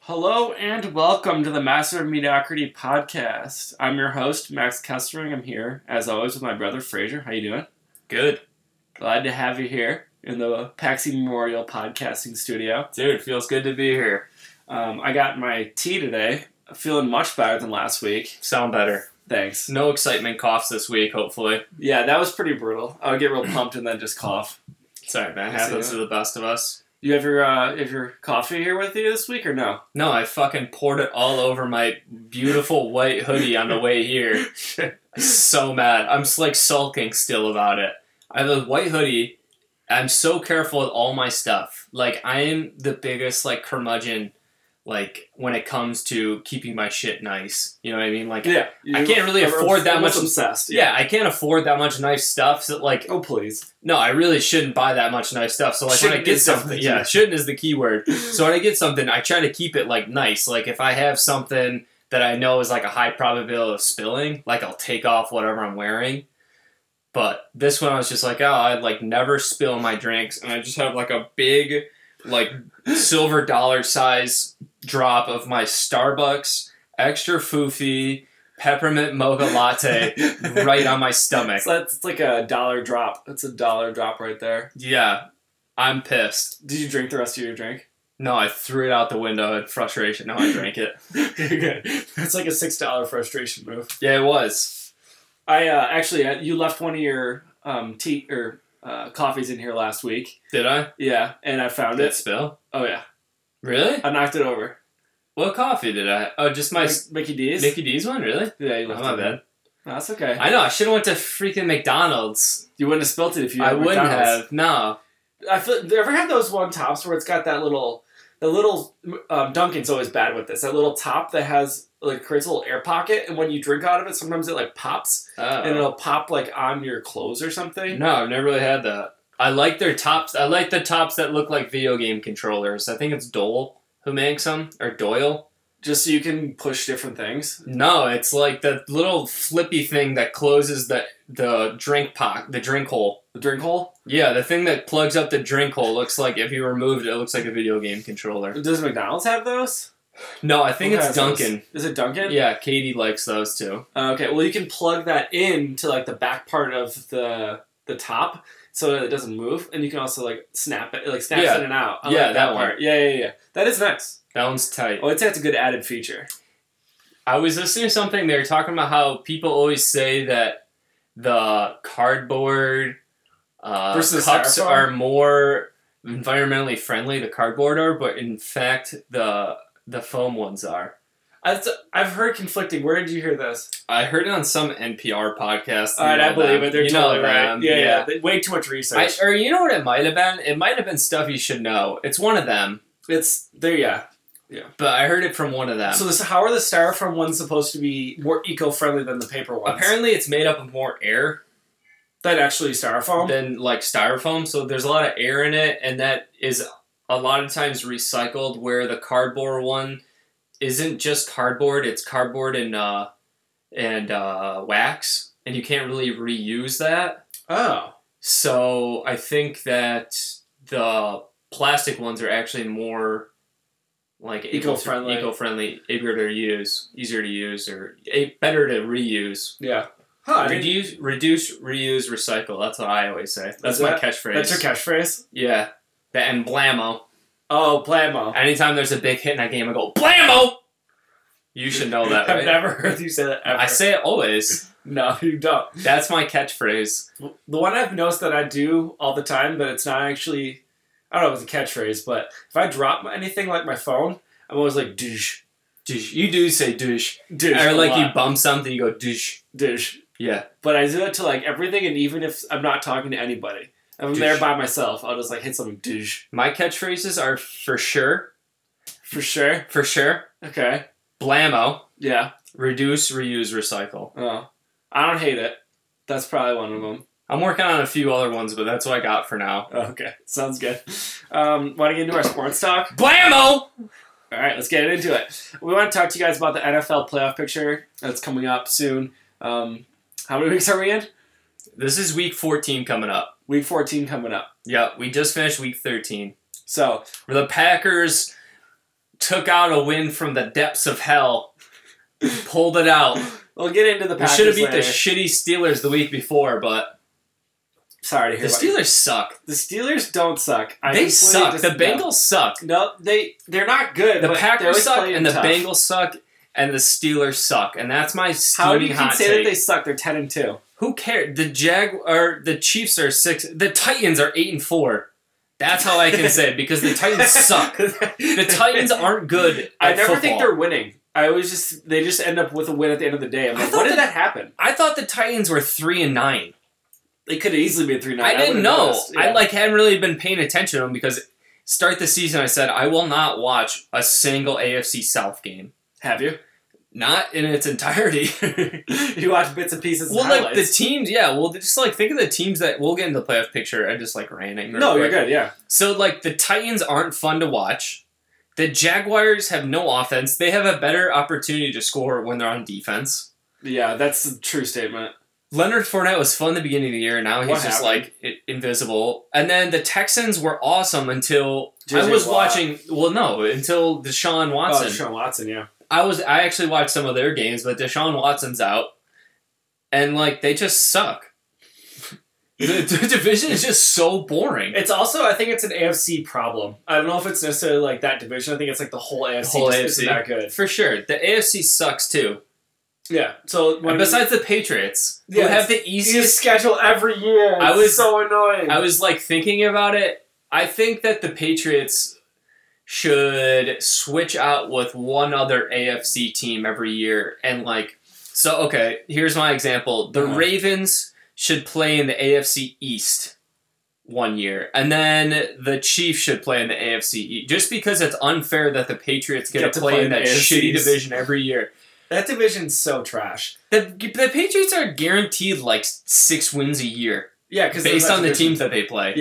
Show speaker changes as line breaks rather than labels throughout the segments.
Hello and welcome to the Master of Mediocrity podcast. I'm your host Max Kestering. I'm here as always with my brother Fraser. How you doing?
Good.
Glad to have you here in the Paxi Memorial Podcasting Studio.
Dude, feels good to be here.
Um, I got my tea today. Feeling much better than last week.
Sound better.
Thanks.
No excitement coughs this week, hopefully.
Yeah, that was pretty brutal. I would get real pumped and then just cough.
Sorry, man.
I see
Happens
that.
to the best of us.
You have your uh, have your coffee here with you this week or no?
No, I fucking poured it all over my beautiful white hoodie on the way here. So mad. I'm s- like sulking still about it. I have a white hoodie. I'm so careful with all my stuff. Like I am the biggest like curmudgeon like when it comes to keeping my shit nice. You know what I mean? Like
Yeah,
I can't really afford that
almost
much-
Obsessed.
yeah, I can't afford that much nice stuff. So like
Oh please.
no, I really shouldn't buy that much nice stuff. So like when I
Shouldn't
get
is
something,
the-
yeah, shouldn't is the key word. So when I get something, I try to keep it like nice. Like if I have something that I know is like a high probability of spilling, like I'll take off whatever I'm wearing. But this one, I was just like, oh, I'd like never spill my drinks, and I just have like a big, like silver dollar size drop of my Starbucks extra foofy peppermint mocha latte right on my stomach.
So that's it's like a dollar drop. That's a dollar drop right there.
Yeah, I'm pissed.
Did you drink the rest of your drink?
No, I threw it out the window in frustration. No, I drank it.
Good. That's like a six dollar frustration move.
Yeah, it was.
I uh, actually uh, you left one of your um, tea or uh, coffees in here last week.
Did I?
Yeah, and I found
Did it
it.
spill?
Oh yeah,
Really?
I knocked it over.
What coffee did I? Oh, just my
Mic- Mickey D's.
Mickey D's one. Really?
Yeah, you
Oh,
left
my
it.
bad.
No, that's okay.
I know. I should have went to freaking McDonald's.
you wouldn't have spilt it if you.
I
had
wouldn't
McDonald's.
have. No.
I feel. Do you ever have those one tops where it's got that little, the little um, Dunkin's always bad with this. That little top that has like creates a little air pocket, and when you drink out of it, sometimes it like pops and
Oh.
it'll pop like on your clothes or something.
No, I've never really had that. I like their tops. I like the tops that look like video game controllers. I think it's Dole who makes them or Doyle.
Just so you can push different things.
No, it's like that little flippy thing that closes the the drink pocket, the drink hole.
The drink hole.
Yeah, the thing that plugs up the drink hole looks like if you removed it, it looks like a video game controller.
Does McDonald's have those?
No, I think
Who
it's
has
Duncan.
those? Is it Dunkin'?
Yeah, Katie likes those too.
Uh, okay. Well, you can plug that in to like the back part of the the top so that it doesn't move, and you can also like snap it, like snaps
Yeah.
in and out. I
Yeah,
like
that one.
part. Yeah, yeah, yeah. That is nice.
That one's tight.
Well, I'd say it's a good added feature.
I was listening to something they were talking about how people always say that the cardboard uh,
Versus
cups
styrofoam?
are more environmentally friendly. The cardboard are, but in fact, the the foam ones are.
I've, I've heard conflicting. Where did you hear this?
I heard it on some NPR podcast.
All right,
You
I
know
believe
them.
it. They're
You know
totally right.
them.
yeah, yeah, They- Way too much
I,
research.
or you know what it might have been? It might have been stuff you should know. It's one of them,
it's there. Yeah.
but I heard it from one of them.
So this, how are the styrofoam ones supposed to be more eco-friendly than the paper ones?
apparently, it's made up of more air
that actually styrofoam.
than like styrofoam. So there's a lot of air in it, and that is a lot of times recycled. Where the cardboard one isn't just cardboard; it's cardboard and uh, and uh, wax, and you can't really reuse that.
oh,
So I think that the plastic ones are actually more like
Eco-friendly.
eco friendly, easier to use, easier to use, or eh, better to reuse.
yeah. Huh. Oh, I didn't-
Reduce, reduce, reuse, recycle. That's what I always say. That's
Is
my
that-
catchphrase.
That's your catchphrase.
yeah. That and blammo.
Oh, blammo.
Anytime there's a big hit in that game, I go blammo. You should know that.
I've
right?
never heard you say that ever.
I say it always.
no, you don't.
That's my catchphrase.
The one I've noticed that I do all the time, but it's not actually. I don't know if it's a catchphrase, but if I drop my- anything like my phone, I'm always like, douche,
Douche. You do say douche.
douche.
or
a
like you
lot.
bump something, you go douche.
douche.
Yeah.
But I do it to like everything, and even if I'm not talking to anybody, if I'm
Douche.
there by myself, I'll just like hit something douche
My catchphrases are for sure,
for sure.
for sure,
Okay,
blammo,
yeah.
reduce, reuse, recycle.
Oh, I don't hate it. That's probably one of them.
I'm working on a few other ones, but that's what I got for now.
Okay, sounds good. Um, want to get into our sports talk?
Blammo!
All right, let's get into it. We want to talk to you guys about the NFL playoff picture that's coming up soon. Um, how many weeks are we in?
This is week 14 coming up.
Week 14 coming up.
Yep, we just finished week 13.
So
Where the Packers took out a win from the depths of hell, pulled it out.
We'll get into the
We
Packers.
should have beat the
later.
shitty Steelers the week before, but
Sorry to
the
hear about you.
Steelers suck.
The Steelers don't suck. I
they
completely
suck.
dis-
the
no.
Bengals suck.
No, they they're not good.
The
but they
Packers
always
suck,
play
and the
tough.
Bengals suck, and the Steelers suck, and that's my
How do
steaming
you can
hot
say that
take.
they suck? They're ten and two.
Who cares? The Jag or the Chiefs are six. The Titans are eight and four. That's how I can say it, because the Titans suck. The
the
Titans aren't good.
I
at
never
football.
think they're winning. I always just they just end up with a win at the end of the day. I'm
I
like,
thought
when did
that-
that happen?
I thought the Titans were three and nine.
They could have easily been three nine.
I didn't
would've
know.
noticed. Yeah.
I like hadn't really been paying attention to them because start the season I said I will not watch a single AFC South game,
Have you?
not in its entirety.
you watch bits and pieces. and
well, like the
highlights.
teams, yeah. Well, just like think of the teams that we'll get in the playoff picture. I just like ranting. real
no, you're
quick.
good. Yeah,
So like the Titans aren't fun to watch. The Jaguars have no offense. They have a better opportunity to score when they're on defense.
yeah, that's a true statement.
Leonard Fournette was fun at the beginning of the year, and now he's
What
just
happened?
like i- invisible. And then the Texans were awesome until I
JJ
was
Watt.
watching. Well, no, until Deshaun Watson.
Oh, Sean Watson. Yeah,
I was I actually watched some of their games, but Deshaun Watson's out, and like they just suck. the, the division is just so boring.
it's also I think it's an AFC problem. I don't know if it's necessarily like that division. I think it's like the whole AFC
whole
just isn't
AFC.
that good.
For sure, the AFC sucks too.
Yeah. So when
And besides the Patriots,
Yeah,
who have the
you
easiest
schedule every year,
I
I
was-
was so annoying.
I was like thinking about it. I think that the Patriots should switch out with one other AFC team every year and like so okay, here's my example. The
Uh-huh.
Ravens should play in the AFC East one year and then the Chiefs should play in the AFC East E, just because it's unfair that the Patriots get, to play, in that
the
shitty
AFCs.
division every year.
that division's so trash.
The, the Patriots are guaranteed like 6 wins a year
Yeah, because
based on the teams that they play.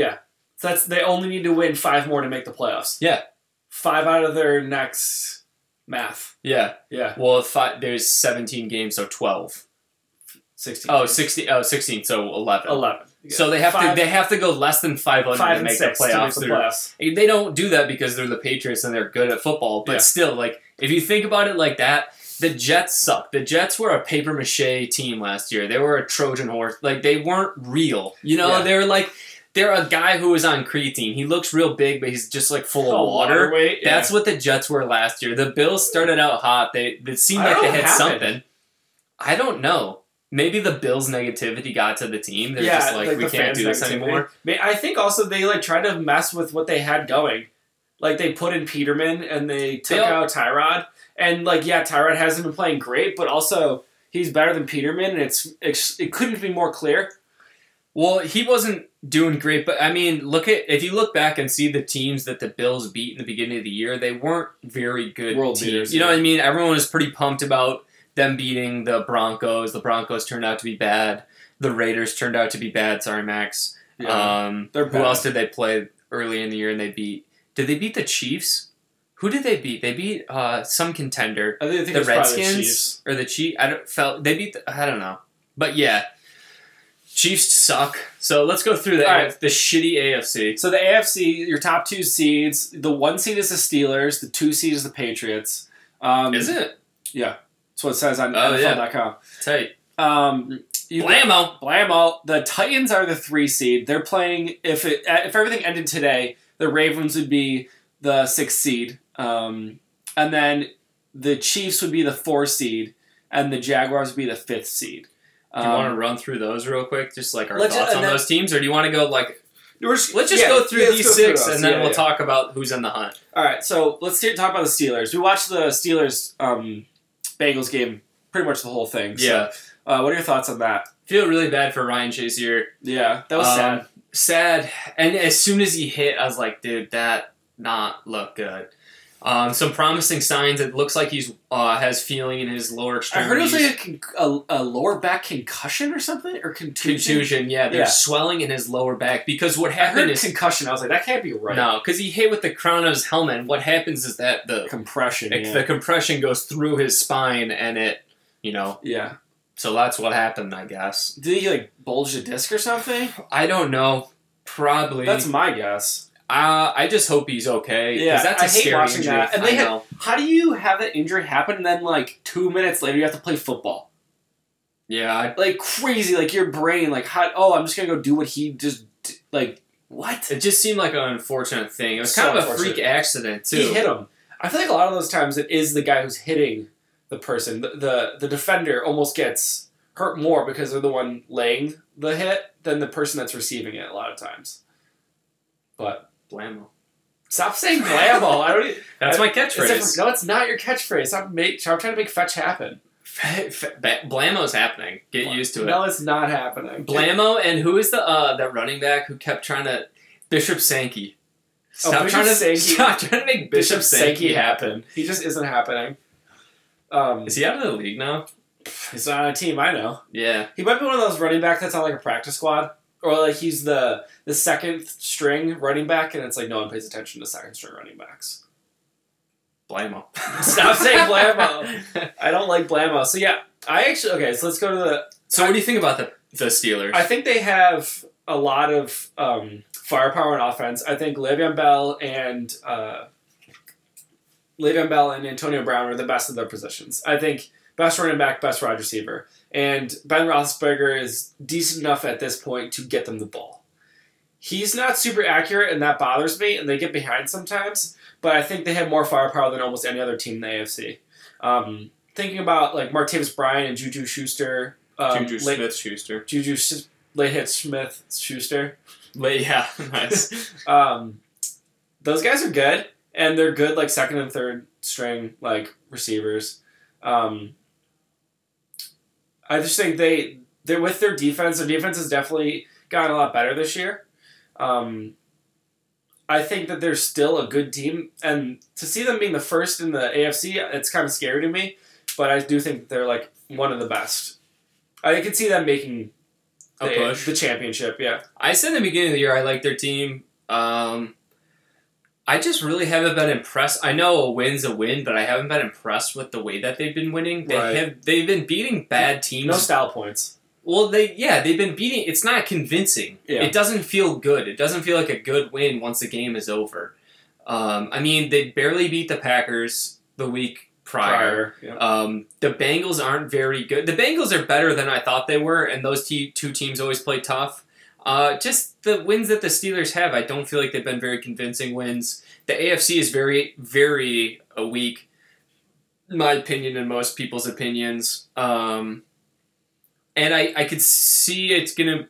that's they only need to win five more to make the playoffs.
Yeah.
five out of their next math.
yeah.
Yeah,
Well, if I, there's 17 games, so 12.
sixteen.
Oh, 16, oh, 16 so 11.
Eleven.
So they have
Five-
to they have to go less than 5 under
five
to
and
make the
six to make
playoffs.
the
They're-
playoffs.
They don't do that because they're the Patriots and they're good at football, but
Yeah.
still like if you think about it like that, the Jets suck. The Jets were a paper mache team last year. They were a Trojan horse. Like they weren't real. You know,
Yeah.
they were like they're a guy who was on creatine. He looks real big, but he's just like full
Oh,
of water.
weight. yeah.
That's what the Jets were last year. The Bills started out hot. They it seemed
I
like
don't
they
know
had
what happened.
something. I don't know. Maybe the Bills' negativity got to the team. They're
yeah,
just like, we
the
can't
fans
do this
negativity.
anymore.
Ma- I think also they like tried to mess with what they had going. Like they put in Peterman and they took
all-
out Tyrod. And like yeah, Tyrod hasn't been playing great, but also he's better than Peterman, and it's it's- it couldn't be more clear.
Well, he wasn't doing great, but I mean, look at if you look back and see the teams that the Bills beat in the beginning of the year, they weren't very good
World
teams.
beaters,
you know
yeah.
what I mean? Everyone was pretty pumped about them beating the Broncos. The Broncos turned out to be bad. The Raiders turned out to be bad. Sorry, Max.
Uh,
Um,
They're
who
bad.
else did they play early in the year and they beat? Did they beat the Chiefs? Who did they beat? They beat uh, some contender,
I think, I think
the
it's probably
Redskins
Chiefs.
or the Chiefs. I don't felt they beat. The, I don't know, but yeah, Chiefs suck. So let's go through the
All right.
the shitty AFC.
So the AFC, your top two seeds, the one seed is the Steelers, the two seed is the Patriots. Um,
Is it
That's what it says on
Oh, yeah.
NFL.com.
tight?
Um, you
Blammo.
Blammo. The Titans are the three seed. They're playing. If it uh, if everything ended today, the Ravens would be the six seed, um, and then the Chiefs would be the four seed, and the Jaguars would be the fifth seed.
Do
Um,
you want to run through those real quick, just like our
Let's-
thoughts
and
on
then-
those teams, or do you want to go like
we're just-
let's just
yeah,
go through
yeah, let's
these
go through
six
those.
and then
Yeah,
we'll
yeah.
talk about who's in the hunt.
All right, so let's hear, talk about the Steelers. We watched the Steelers um, Bengals game pretty much the whole thing. so,
Yeah,
uh, what are your thoughts on that?
feel really bad for Ryan Shazier.
Yeah, that was
Um,
sad.
sad. And as soon as he hit, I was like, dude, that not look good. Um, some promising signs. It looks like he's uh, has feeling in his lower
I
extremities.
heard it was like a, con- a, a lower back concussion or something or contusion.
contusion. Yeah, there's
Yeah.
swelling in his lower back because what
I heard
happened is
concussion. I was like, that can't be right.
no, because he hit with the crown of his helmet. And what happens is that the
Compression. Yeah.
the compression goes through his spine and it, you know.
yeah.
So that's what happened, I guess.
Did he like bulge a disc or something?
I don't know. Probably.
That's my guess.
Uh, I just hope he's okay. 'cause
Yeah,
that's a
I hate
scary
watching
injury.
that. And they
I
had-
know.
How do you have that injury happen and then like two minutes later you have to play football?
Yeah, I,
Like crazy, like your brain, like how? Oh, I'm just gonna go do what he just d- like. What?
it just seemed like an unfortunate thing. It was
So
kind of a
unfortunate.
freak accident too.
He hit him. I feel like a lot of those times it is the guy who's hitting the person. The the, the defender almost gets hurt more because they're the one laying the hit than the person that's receiving it. A lot of times. But
Blammo.
stop saying blammo. I don't. e-
That's my
It's
catchphrase.
a- no, it's not your catchphrase. Stop, make, stop trying to make fetch happen.
Ba- Blammo's happening. Get used to it.
No, it's not happening.
Blammo and who is the uh that running back who kept trying to Bishop Sankey. Stop
Oh, Bishop
trying to
Sankey.
stop trying to make Bishop, Sankey, happen.
He just isn't happening. Um,
Is he out of the league now?
he's not on a team I know.
Yeah.
He might be one of those running back that's on like a practice squad, or like he's the the second string running back, and it's like no one pays attention to second string running backs.
Blammo.
Stop saying Blammo. I don't like Blammo. So yeah, I actually okay. So let's go to the.
So what do you think about the the Steelers?
I think they have a lot of um, firepower and offense. I think Le'Veon Bell and uh, Le'Veon Bell and Antonio Brown are the best of their positions. I think best running back, best wide receiver, and Ben Roethlisberger is decent enough at this point to get them the ball. He's not super accurate, and that bothers me. And they get behind sometimes, but I think they have more firepower than almost any other team in the AFC. Um, thinking about like Martavis Bryant and Juju Schuster, um,
Juju
late-
Smith Schuster.
Juju Sh- late hit Smith Schuster.
Yeah, nice.
Um, those guys are good, and they're good like second and third string like receivers. Um, I just think they they're with their defense. Their defense has definitely gotten a lot better this year. Um, I think that they're still a good team, and to see them being the first in the AFC, it's kind of scary to me. But I do think that they're like one of the best. I can see them making
A
the,
push.
the championship. Yeah,
I said in the beginning of the year I like their team. Um, I just really haven't been impressed. I know a win's a win, but I haven't been impressed with the way that they've been winning. They
Right.
have they've been beating bad teams.
no style points.
well, they yeah they've been beating. It's not convincing.
Yeah.
It doesn't feel good. It doesn't feel like a good win once the game is over. Um, I mean, they barely beat the Packers the week prior.
Yeah.
Um, the Bengals aren't very good. The Bengals are better than I thought they were, and those te- two teams always play tough. Uh, just the wins that the Steelers have, I don't feel like they've been very convincing wins. The AFC is very, very uh, weak, in my opinion and most people's opinions. Um, and I, I could see it's going to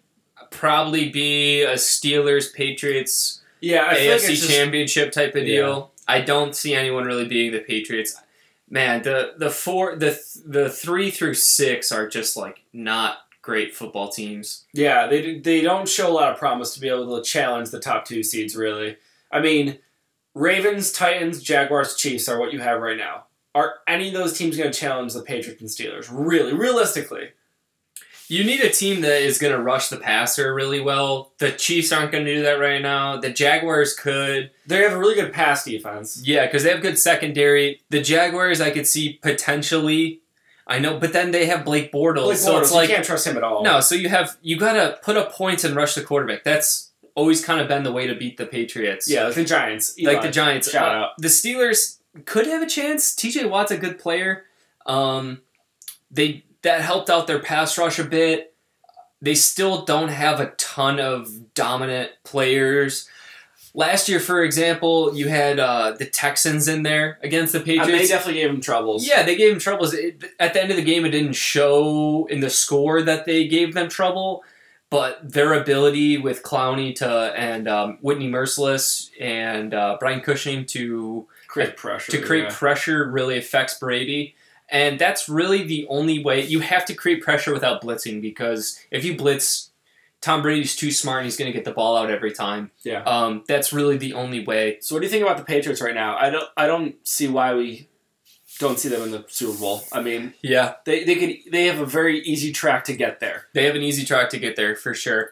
probably be a Steelers Patriots
Yeah, I feel like
AFC
it's just,
championship type of
Yeah.
deal. I don't see anyone really beating the Patriots. Man, the the four the th- the three through six are just like not great football teams.
yeah, they do- they don't show a lot of promise to be able to challenge the top two seeds. Really, I mean, Ravens, Titans, Jaguars, Chiefs are what you have right now. Are any of those teams going to challenge the Patriots and Steelers? Really, realistically,
You need a team that is going to rush the passer really well. The Chiefs aren't going to do that right now. The Jaguars could.
they have a really good pass defense.
Yeah, because they have good secondary. The Jaguars, I could see potentially. I know, but then they have Blake Bortles,
Blake
so
Bortles,
it's like
you can't trust him at all.
No, so you have you gotta put up points and rush the quarterback. That's always kind of been the way to beat the Patriots.
yeah, like the Giants,
like
Eli.
the Giants.
shout
Uh, The Steelers could have a chance. T.J. Watt's a good player. Um, they that helped out their pass rush a bit. They still don't have a ton of dominant players. Last year, for example, you had uh, the Texans in there against the Patriots.
And they definitely gave him troubles.
Yeah, they gave him troubles. It, at the end of the game, it didn't show in the score that they gave them trouble, but their ability with Clowney to and um, Whitney Merciless and uh, Brian Cushing to
create pressure
to create
yeah.
pressure really affects Brady. And that's really the only way you have to create pressure without blitzing because if you blitz, Tom Brady's too smart and he's going to get the ball out every time.
Yeah.
Um, that's really the only way.
So what do you think about the Patriots right now? I don't I don't see why we don't see them in the Super Bowl. I mean,
Yeah.
They they could they have a very easy track to get there.
They have an easy track to get there for sure.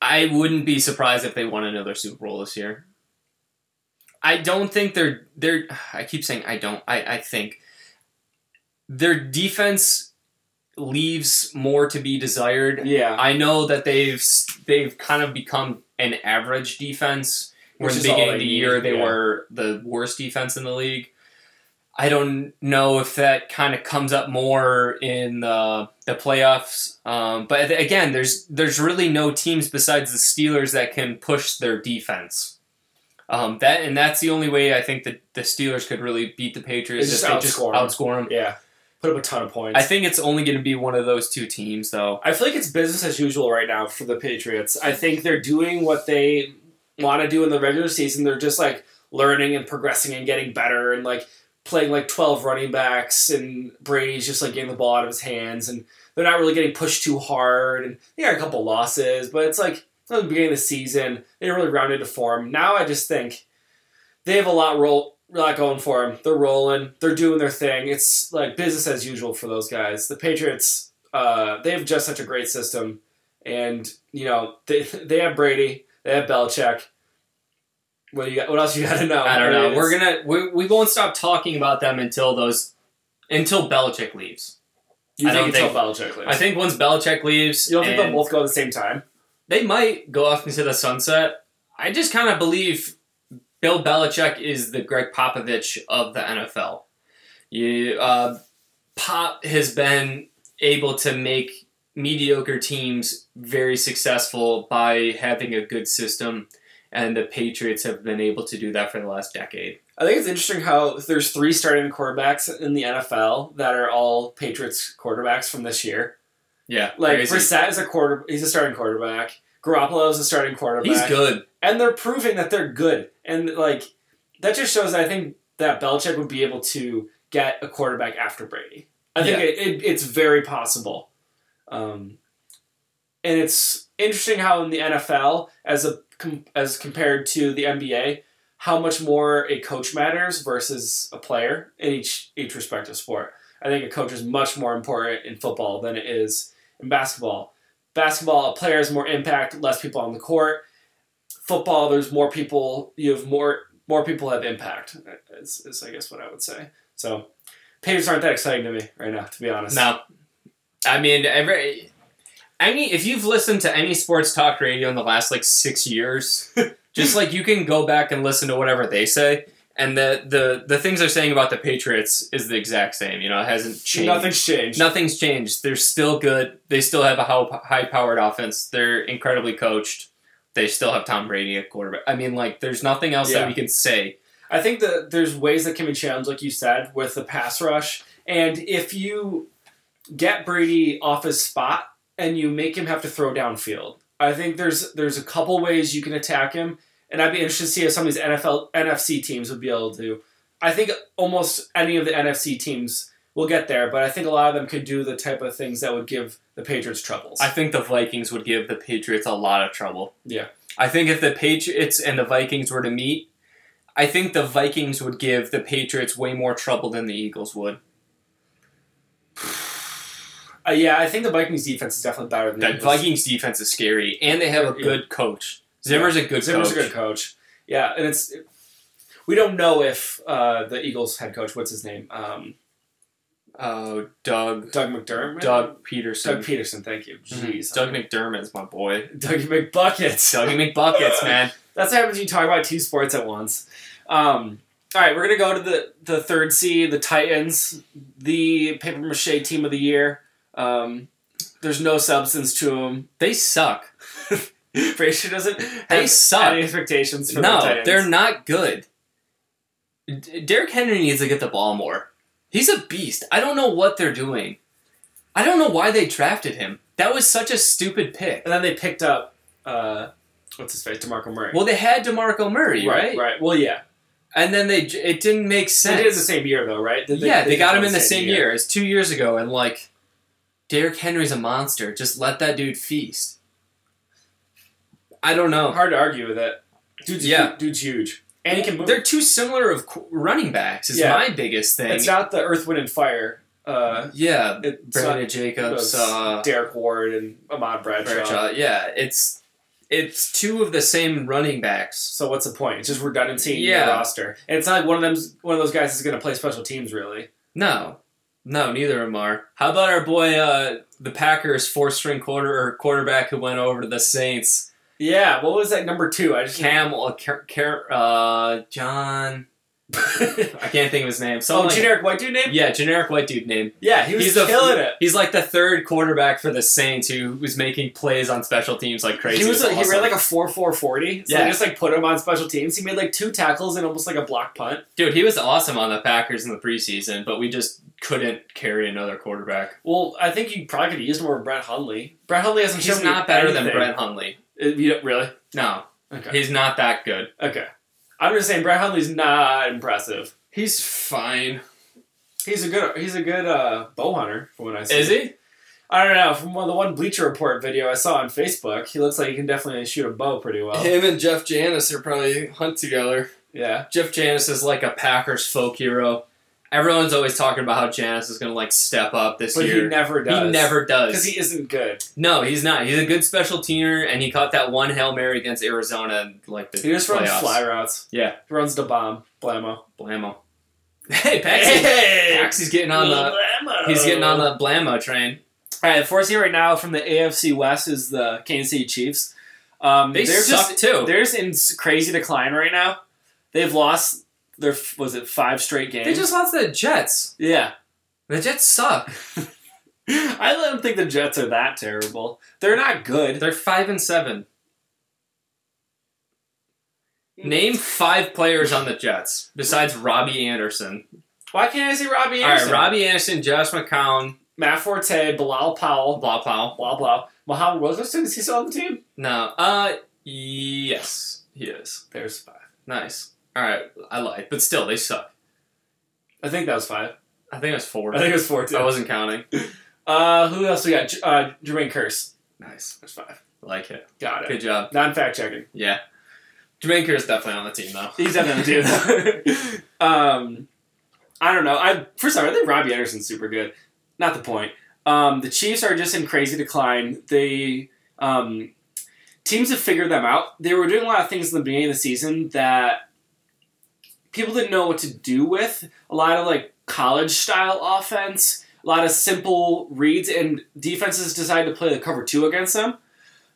I wouldn't be surprised if they won another Super Bowl this year. I don't think they're they're I keep saying I don't. I, I think their defense leaves more to be desired.
Yeah.
I know that they've they've kind of become an average defense. Where
Which
in the
is all
beginning of
they
the year
needed,
they
yeah.
were the worst defense in the league. I don't know if that kind of comes up more in the the playoffs, um, but th- again, there's there's really no teams besides the Steelers that can push their defense. Um, that and that's the only way I think that the Steelers could really beat the Patriots
Is
if
just
they just
outscore 'em.
outscore them.
Yeah. Put up a ton of points.
I think it's only going to be one of those two teams, though.
I feel like it's business as usual right now for the Patriots. I think they're doing what they want to do in the regular season. They're just like learning and progressing and getting better and like playing like 12 running backs and Brady's just like getting the ball out of his hands and they're not really getting pushed too hard and they had a couple losses, but it's like at the beginning of the season, they really rounded to form. Now I just think they have a lot roll a lot going for them. They're rolling, they're doing their thing. It's like business as usual for those guys. The Patriots uh, they have just such a great system, and you know they they have Brady, they have Belichick. What do you got? What else you got to know?
I don't
mean,
know.
it's-
We're gonna we, we won't stop talking about them until those until Belichick leaves.
You
I
think
don't
until Belichick leaves?
I think once Belichick leaves,
you don't think they'll
and
both go at the same time?
they might go off into the sunset. I just kind of believe Bill Belichick is the Greg Popovich of the NFL. You, uh, Pop has been able to make mediocre teams very successful by having a good system, and the Patriots have been able to do that for the last decade.
I think it's interesting how there's three starting quarterbacks in the NFL that are all Patriots quarterbacks from this year.
Yeah,
Like
crazy.
Brissett is a quarter, he's a starting quarterback. Garoppolo is a starting quarterback.
he's good.
and they're proving that they're good. And like that just shows that I think that Belichick would be able to get a quarterback after Brady. I think
Yeah.
it, it, it's very possible. Um, and it's interesting how in the NFL, as a com- as compared to the NBA, how much more a coach matters versus a player in each each respective sport. I think a coach is much more important in football than it is in basketball. Basketball, a player has more impact, less people on the court football there's more people you have more more people have impact is, is i guess what i would say so pages aren't that exciting to me right now to be honest
No, I mean every any if you've listened to any sports talk radio in the last like six years, just like you can go back and listen to whatever they say, and the the the things they're saying about the Patriots is the exact same. You know, it hasn't changed.
nothing's changed
Nothing's changed. They're still good. They still have a high powered offense. They're incredibly coached. They still have Tom Brady at quarterback. I mean, like, there's nothing else
Yeah.
that we can say.
I think that there's ways that can be challenged, like you said, with the pass rush. And if you get Brady off his spot and you make him have to throw downfield, I think there's there's a couple ways you can attack him. And I'd be interested to see if some of these NFL NFC teams would be able to. I think almost any of the NFC teams will get there, but I think a lot of them could do the type of things that would give the Patriots troubles.
I think the Vikings would give the Patriots a lot of trouble.
Yeah.
I think if the Patriots and the Vikings were to meet, I think the Vikings would give the Patriots way more trouble than the Eagles would.
Uh, yeah, I think the Vikings defense is definitely better than the
The
Eagles.
Vikings defense is scary, and they have a
Yeah.
good coach. Zimmer's a good
Zimmer's
coach.
a good coach. Yeah, and it's we don't know if uh, the Eagles head coach, what's his name, um,
Oh, Doug.
Doug McDermott,
Doug Peterson.
Doug Peterson. Thank you.
Mhm.
Jeez,
Doug McDermott's my boy.
Doug McBuckets.
Doug McBuckets, man.
That's what happens when you talk about two sports at once. Um, all right, we're gonna go to the the third seed, the Titans, the paper mache team of the year. Um, there's no substance to them.
They suck.
Frazier doesn't.
They
have
suck.
Any expectations for the
No,
Titans?
they're not good. D- Derrick Henry needs to get the ball more. He's a beast. I don't know what they're doing. I don't know why they drafted him. That was such a stupid pick.
And then they picked up uh, what's his face, Demarco Murray.
Well, they had DeMarco Murray, right?
right, right. Well, yeah.
And then they j- it didn't make
They
sense.
did it the same year though, right? Did
yeah, they,
did
got
it
him in the same year. It's two years ago, and like, Derrick Henry's a monster. Just let that dude feast. I don't know.
Hard to argue with it. Dude's
Yeah.
hu- dude's huge, and he can move.
They're too similar of qu- running backs. Is
Yeah.
my biggest thing.
It's not the Earth, Wind, and Fire. Uh,
yeah,
it's
Brandon
not
Jacobs,
those
uh,
Derek Ward and Ahmad Bradshaw.
Bradshaw. Yeah, it's it's two of the same running backs.
So what's the point? It's just redundancy in your
Yeah.
roster, and it's not like one of them's one of those guys is going to play special teams really.
No, no, neither of them are. How about our boy, uh, the Packers' four-string quarter or quarterback who went over to the Saints?
Yeah, what was that number two? I just
Camel, Car- Car- uh, John. I can't think of his name.
oh,
Someone like-
generic white dude name.
yeah, generic white dude name.
Yeah, he was
He's a-
killing it.
He's like the third quarterback for the Saints who was making plays on special teams like crazy.
He was
It's
like, he
awesome.
ran like a four four forty. So
Yeah.
they just like put him on special teams. He made like two tackles and almost like a block punt.
dude. He was awesome on the Packers in the preseason, but we just couldn't carry another quarterback.
Well, I think you probably could have used him over Brett Hundley. Brett Hundley hasn't
He's
shown
not
me
better
anything.
than Brett Hundley.
Uh, You don't, really?
No,
Okay.
he's not that good.
Okay. I'm just saying Brett Hundley's not impressive.
He's fine.
He's a good he's a good uh, bow hunter from what I see.
Is he?
I don't know. From one, the one Bleacher Report video I saw on Facebook, he looks like he can definitely shoot a bow pretty well.
Him and Jeff Janis are probably hunt together.
Yeah.
Jeff Janis is like a Packers folk hero. Everyone's always talking about how Janis is going to like step up this
But he
year.
never
He
does.
never does.
Because he isn't good.
no, he's not. He's a good special teamer, and he caught that one hail mary against Arizona. in, Like the
He just runs
playoffs.
fly routes.
Yeah.
He runs the bomb. Blammo.
Blammo. Hey, Paxi.
Hey!
Paxi's getting on the.
Blammo!
He's getting on the Blammo train.
All right, the four seed right now from the AFC West is the Kansas City Chiefs. Um,
They
they're
suck
just
too.
they're just in s- crazy decline right now. They've lost their was it five straight games.
They just lost to the Jets.
yeah.
The Jets suck.
I don't think the Jets are that terrible. They're not good.
They're five and seven. Name five players on the Jets besides Robbie Anderson.
Why can't I see Robbie
All right,
Anderson?
Robbie Anderson, Josh McCown,
Matt Forte, Bilal Powell,
blah blah.
blah blah. Muhammad Wilkerson is he still on the team?
No, uh, yes, he is.
There's five.
Nice. All right, I lied, but still, they suck.
I think that was five.
I think it was four.
I think it was four too.
I wasn't counting.
Uh, who else we got? J- Uh, Jermaine Curse.
Nice,
There's five.
like it.
Got it.
Good job.
Non fact checking.
Yeah, Jermaine Kerr is definitely on the team though.
He's definitely do that. um, I don't know. I first of all, I think Robbie Anderson's super good. Not the point. Um, the Chiefs are just in crazy decline. They um, teams have figured them out. They were doing a lot of things in the beginning of the season that people didn't know what to do with. A lot of like college style offense, a lot of simple reads, and defenses decided to play the cover two against them,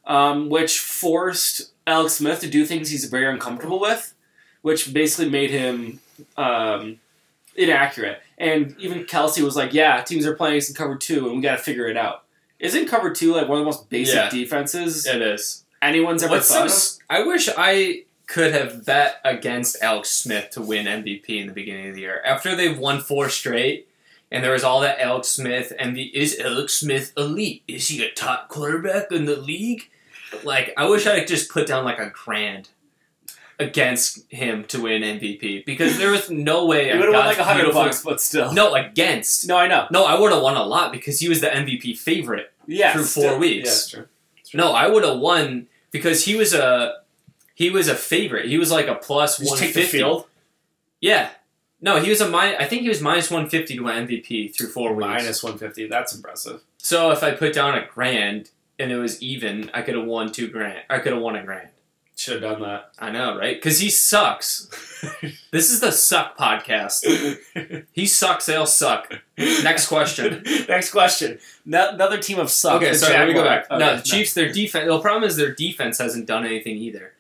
um, which forced Alex Smith to do things he's very uncomfortable with which basically made him um, inaccurate. And even Kelsey was like, "Yeah, teams are playing us in cover two, and we got to figure it out." Isn't cover two like one of the most basic
Yeah.
defenses
It is.
anyone's ever
What's so?
thought of?
s- I wish I could have bet against Alex Smith to win MVP in the beginning of the year. After they've won four straight, and there was all that Alex Smith and the is Alex Smith elite? Is he a top quarterback in the league? Like I wish I had just put down like a grand against him to win MVP because there was no way.
You
on
would have won like
God's
hundred
beautiful-
bucks, but still.
No, against.
No, I know.
No, I would have won a lot because he was the MVP favorite.
Yeah,
Through four
still-
weeks.
Yeah, that's true.
No, I would have won because he was a he was a favorite. He was like a plus
Just
one
take the
fifty.
field.
Yeah. No, he was a min- I think he was minus one fifty to win MVP through four weeks.
Minus one fifty. That's impressive.
So if I put down a grand and it was even, I could have won two grand. I could have won a grand.
Should have done that.
I know, right? Because he sucks. this is the suck podcast. He sucks. They'll suck. Next question.
Next question. No, another team of suck.
okay,
the
sorry. Let me go back.
Jaguars.
no,
Okay,
the Chiefs. Their defense. The problem is their defense hasn't done anything either.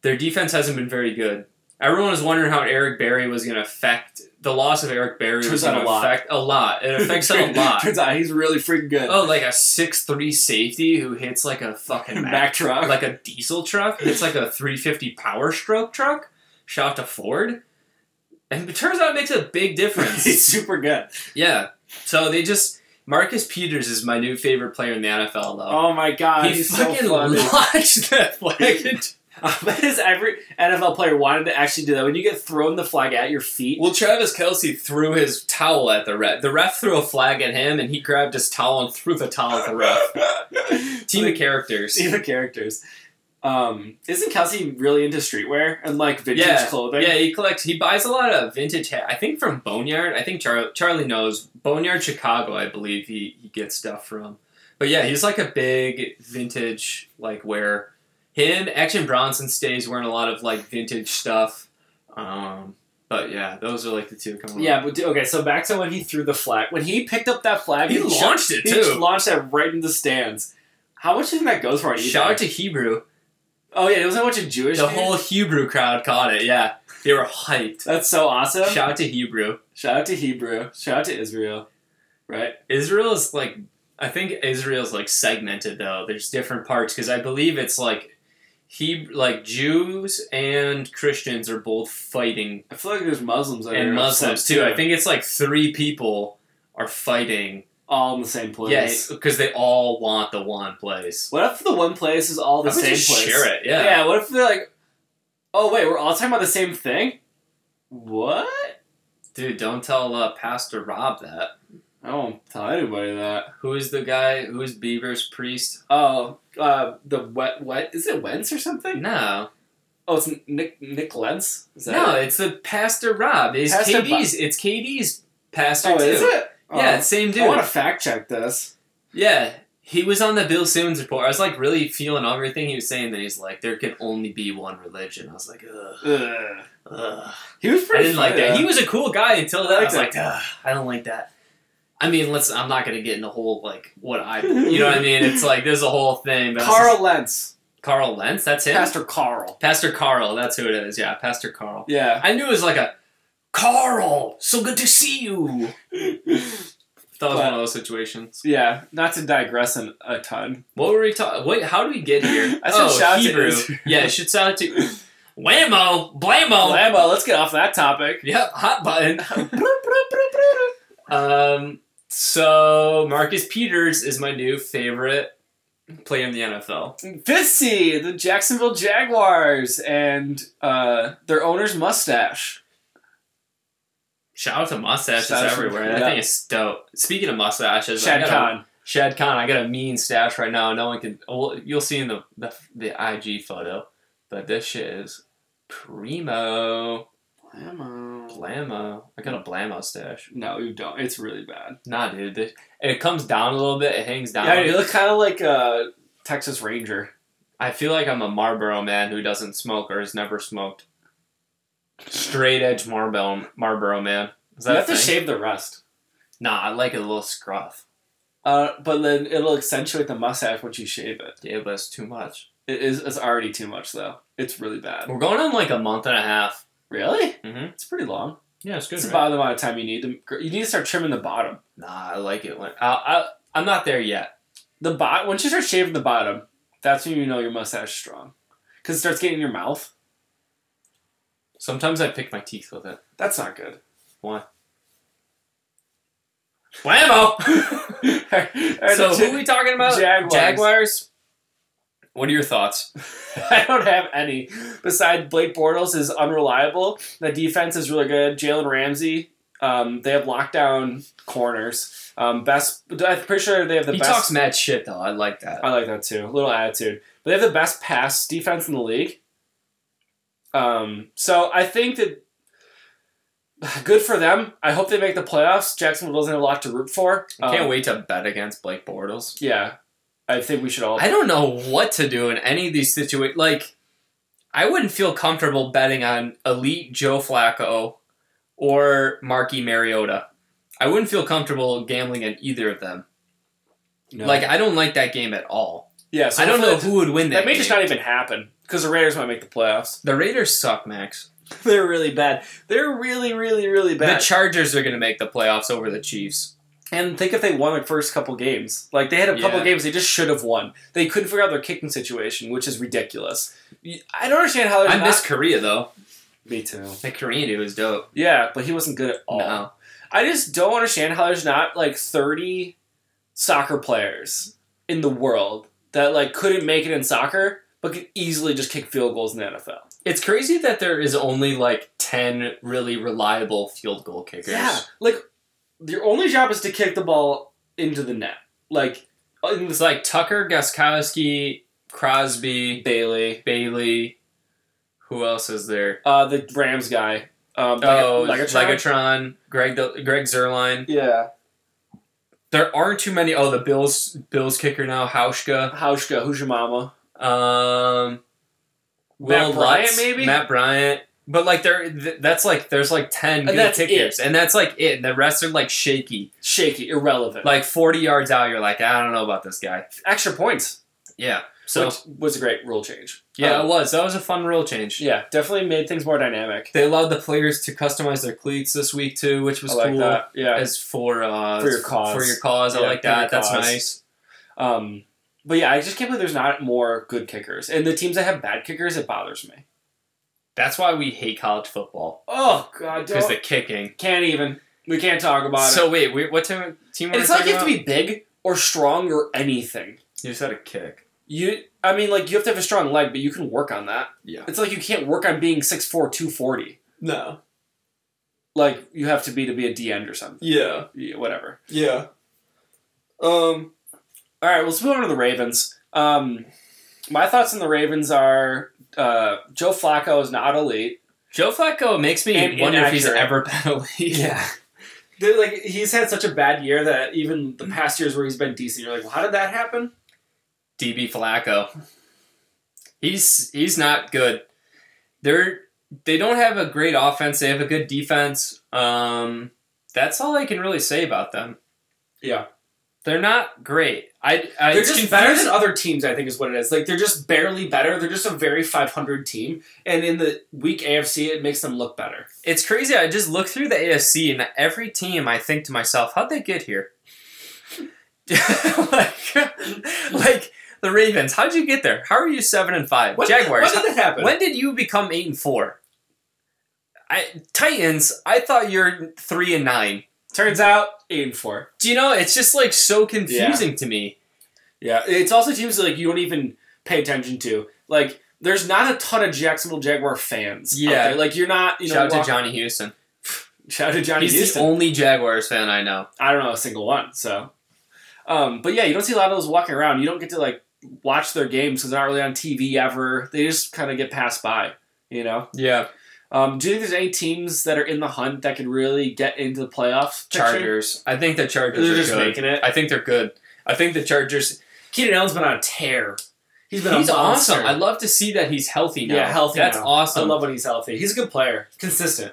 Their defense hasn't been very good. Everyone was wondering how Eric Berry was going to affect the loss of Eric Berry
Turns
was
out a
going to
lot.
affect a lot. It affects them a lot.
Turns out he's really freaking good.
Oh, like a six three safety who hits like a fucking Mack,
Back truck.
like a diesel truck. It's like a three fifty power stroke truck. Shout out to Ford. And it turns out it makes a big difference.
he's super good.
Yeah. So they just Marcus Peters is my new favorite player in the NFL though.
Oh my god,
he
he's
fucking
so funny.
launched that flag.
But is every NFL player wanted to actually do that? When you get thrown the flag at your feet,
well, Travis Kelsey threw his towel at the ref. The ref threw a flag at him, and he grabbed his towel and threw the towel at the ref. Team of characters.
see the characters. Um, isn't Kelsey really into streetwear and like vintage
Yeah,
clothing?
Yeah, he collects. He buys a lot of vintage. Ha- I think from Boneyard. I think Char- Charlie knows Boneyard, Chicago. I believe he he gets stuff from. But yeah, he's like a big vintage like wear. Him, Action Bronson stays wearing a lot of like vintage stuff. Um, but yeah, those are like the two. Come on.
Yeah, but do- okay. So back to when he threw the flag. When he picked up that flag,
he
ju-
launched it
He just
too.
launched that right in the stands. How much do you think that goes for on eBay?
Shout out to Hebrew.
Oh yeah, it was a bunch of Jewish.
The
dudes?
whole Hebrew crowd caught it. Yeah, they were hyped.
That's so awesome.
Shout out to Hebrew.
Shout out to Hebrew. Shout out to Israel. Right?
Israel is like, I think Israel's like segmented though. There's different parts because I believe it's like, he like Jews and Christians are both fighting
I feel like there's Muslims that
and
are upset,
Muslims too. I think it's like three people are fighting.
all in the same place.
Yes, because they all want the one place.
What if the one place is all the
I would
same
just
place?
share it.
Yeah.
Yeah.
What if they're like, oh wait, we're all talking about the same thing? What?
dude, don't tell uh, Pastor Rob that.
I won't tell anybody that.
Who is the guy? Who is Beaver's priest?
Oh, uh, the wet, wet is it Wentz or something?
No,
Oh, it's Nick Nick Lentz. Is that
No,
it?
it's the Pastor Rob. It's
Pastor
KD's. It's KD's pastor
oh,
too.
is it? Oh,
Yeah, it's same dude.
I want to fact check this.
Yeah, he was on the Bill Simmons report. I was like really feeling everything he was saying. Then he's like, "There can only be one religion." I was like, "Ugh."
Ugh.
ugh.
He was
I
pretty.
didn't like
funny,
that. He was a cool guy until that. I
I
was
liked
like, "Ugh, I don't like that." I mean, let's. I'm not gonna get into whole like what I. You know what I mean? It's like there's a whole thing.
though.
But I was
Carl Lentz,
just- Carl Lentz. That's him.
Pastor Carl.
Pastor Carl. That's who it is. Yeah, Pastor Carl.
Yeah.
I knew it was like a Carl. So good to see you. That
But-
was one of those situations.
Yeah, not to digress an, a ton.
What were we talking? Wait, how do we get here? Oh,
I said shout out to
Hebrew.
Israel.
yeah, it should shout out to Whammo, Blammo.
Lambo, let's get off that topic.
yep, hot button. Um, so Marcus Peters is my new favorite player in the NFL.
Fifth seed, the Jacksonville Jaguars, and uh, their owner's mustache.
Shout out to mustaches
Shout out to-
everywhere. That
yeah.
thing is dope. Speaking of mustaches, I
Shad
gotta-
Khan.
Shad Khan, I got a mean stash right now. No one can. Well, you'll see in the, the the IG photo, but this shit is primo, blammo. I got a blammo stash.
No, you don't. It's really bad.
Nah, dude. This, it comes down a little bit. It hangs down.
Yeah, you look kind of like a Texas Ranger.
I feel like I'm a Marlboro man who doesn't smoke or has never smoked. Straight edge Marlboro Marlboro man. Is that
You
a
have to
thing?
shave the rest.
Nah, I like it a little scruff.
Uh, but then it'll accentuate the mustache once you shave it.
Yeah, but it's too much.
It is it's already too much though. It's really bad.
We're going on like a month and a half.
Really?
Mhm.
It's pretty long.
Yeah, it's good.
It's
right?
about the amount of time you need to. You need to start trimming the bottom.
Nah, I like it when I, I I'm not there yet.
The bot once you start shaving the bottom, that's when you know your mustache is strong, because it starts getting in your mouth.
Sometimes I pick my teeth with it.
That's not good.
Blammo! so who are we talking about?
Jaguars.
Jaguars? What are your thoughts?
I don't have any. Besides, Blake Bortles is unreliable. The defense is really good. Jalen Ramsey, um, they have lockdown corners. Um, best, I'm pretty sure they have the
he
best.
talks mad shit though. I like that.
I like that too. Little attitude, but they have the best pass defense in the league. Um, so I think that good for them. I hope they make the playoffs. Jacksonville doesn't have a lot to root for.
I can't
Um,
wait to bet against Blake Bortles.
Yeah, I think we should all.
I don't know what to do in any of these situations. Like, I wouldn't feel comfortable betting on elite Joe Flacco or Marky Mariota. I wouldn't feel comfortable gambling on either of them.
No.
Like, I don't like that game at all.
yeah, so
I don't
hopefully
know who would win that.
That may
game.
just not even happen because the Raiders might make the playoffs.
The Raiders suck, Max.
They're really bad. They're really, really, really bad.
The Chargers are going to make the playoffs over the Chiefs.
and think if they won the first couple games, like they had a couple
Yeah.
games they just should have won. They couldn't figure out their kicking situation, which is ridiculous. You- I don't understand how they're
I
not.
miss Korea though.
Me too.
The Korean dude was dope.
Yeah, but he wasn't good at all.
No,
I just don't understand how there's not like 30 soccer players in the world that like couldn't make it in soccer but could easily just kick field goals in the NFL.
it's crazy that there is only like ten really reliable field goal kickers.
Yeah, like your only job is to kick the ball into the net. Like in
It's
the
Oh, like Tucker, Guskowski, Crosby,
Bailey,
Bailey. Who else is there?
uh, the Rams guy. Um,
Oh,
Leg-
Legatron, Greg, the, Greg Zerline.
yeah,
There aren't too many. Oh, the Bills, Bills kicker now, Hauschka.
Hauschka, who's your mama?
Um,
Matt
Will
Bryant,
Lutz,
maybe?
Matt Bryant. But like there, th- that's like there's like ten
And
good
Uh, that's
kickers, and that's like it. The rest are like shaky,
Shaky, irrelevant.
like forty yards out. You're like, I don't know about this guy.
extra points.
Yeah. So
which was a great rule change.
yeah,
Um,
it was. That was a fun rule change.
yeah, definitely made things more dynamic.
They allowed the players to customize their cleats this week too, which was
I like
cool.
that. Yeah.
As for uh,
For your cause.
for your cause, I
Yeah,
like
for your
that. That's
cause.
nice.
Um, but yeah, I just can't believe there's not more good kickers. And the teams that have bad kickers, it bothers me.
That's why we hate college football
Oh God,
because
don't,
the kicking.
can't even. We can't talk about it.
So wait, we, what team? Team?
And it's not like you have to be big or strong or anything.
You just had a kick.
You, I mean, like you have to have a strong leg, but you can work on that.
Yeah.
It's like you can't work on being 6'4", 240.
No.
Like you have to be to be a D end or something.
Yeah.
Yeah, whatever.
Yeah. Um.
All right, well, let's move on to the Ravens. Um, my thoughts on the Ravens are uh, Joe Flacco is not elite.
Joe Flacco makes me
And
wonder if he's
inaccurate.
ever been a league.
They're like he's had such a bad year that even the past years where he's been decent, you're like, well, how did that happen?
DB Flacco. He's he's not good. They're they don't have a great offense. They have a good defense. Um, that's all I can really say about them.
Yeah.
They're not great. I, I
they're
it's
just better than other teams, I think, is what it is. Like they're just barely better. They're just a very 500 team, and in the weak AFC, it makes them look better.
It's crazy. I just look through the AFC and every team I think to myself, how'd they get here? like, like the Ravens, how'd you get there? How are you seven and five?
When-
Jaguars,
When did that happen?
when did you become eight and four? I Titans, I thought you're three and nine.
Turns out eight and four.
Do you know it's just like so confusing to me.
Yeah, it's also teams that like you don't even pay attention to. Like, there's not a ton of Jacksonville Jaguar fans. out
Yeah.
there. like you're not. You know,
Shout out
walk-
to Johnny Houston.
shout out to Johnny
He's
Houston.
the only Jaguars fan I know.
I don't know a single one. So, um, but yeah, you don't see a lot of those walking around. You don't get to like watch their games because they're not really on TV ever. They just kind of get passed by. You know.
Yeah,
Um, do you think there's any teams that are in the hunt that could really get into the playoffs? picture?
Chargers. I think the Chargers
They're
are
just
good.
making it.
I think they're good. I think the Chargers.
Keenan Allen's been on a tear. He's been a
he's
monster.
awesome. I love to see that he's healthy now.
Yeah, healthy
That's
now. I
awesome.
love when he's healthy. He's a good player. Consistent.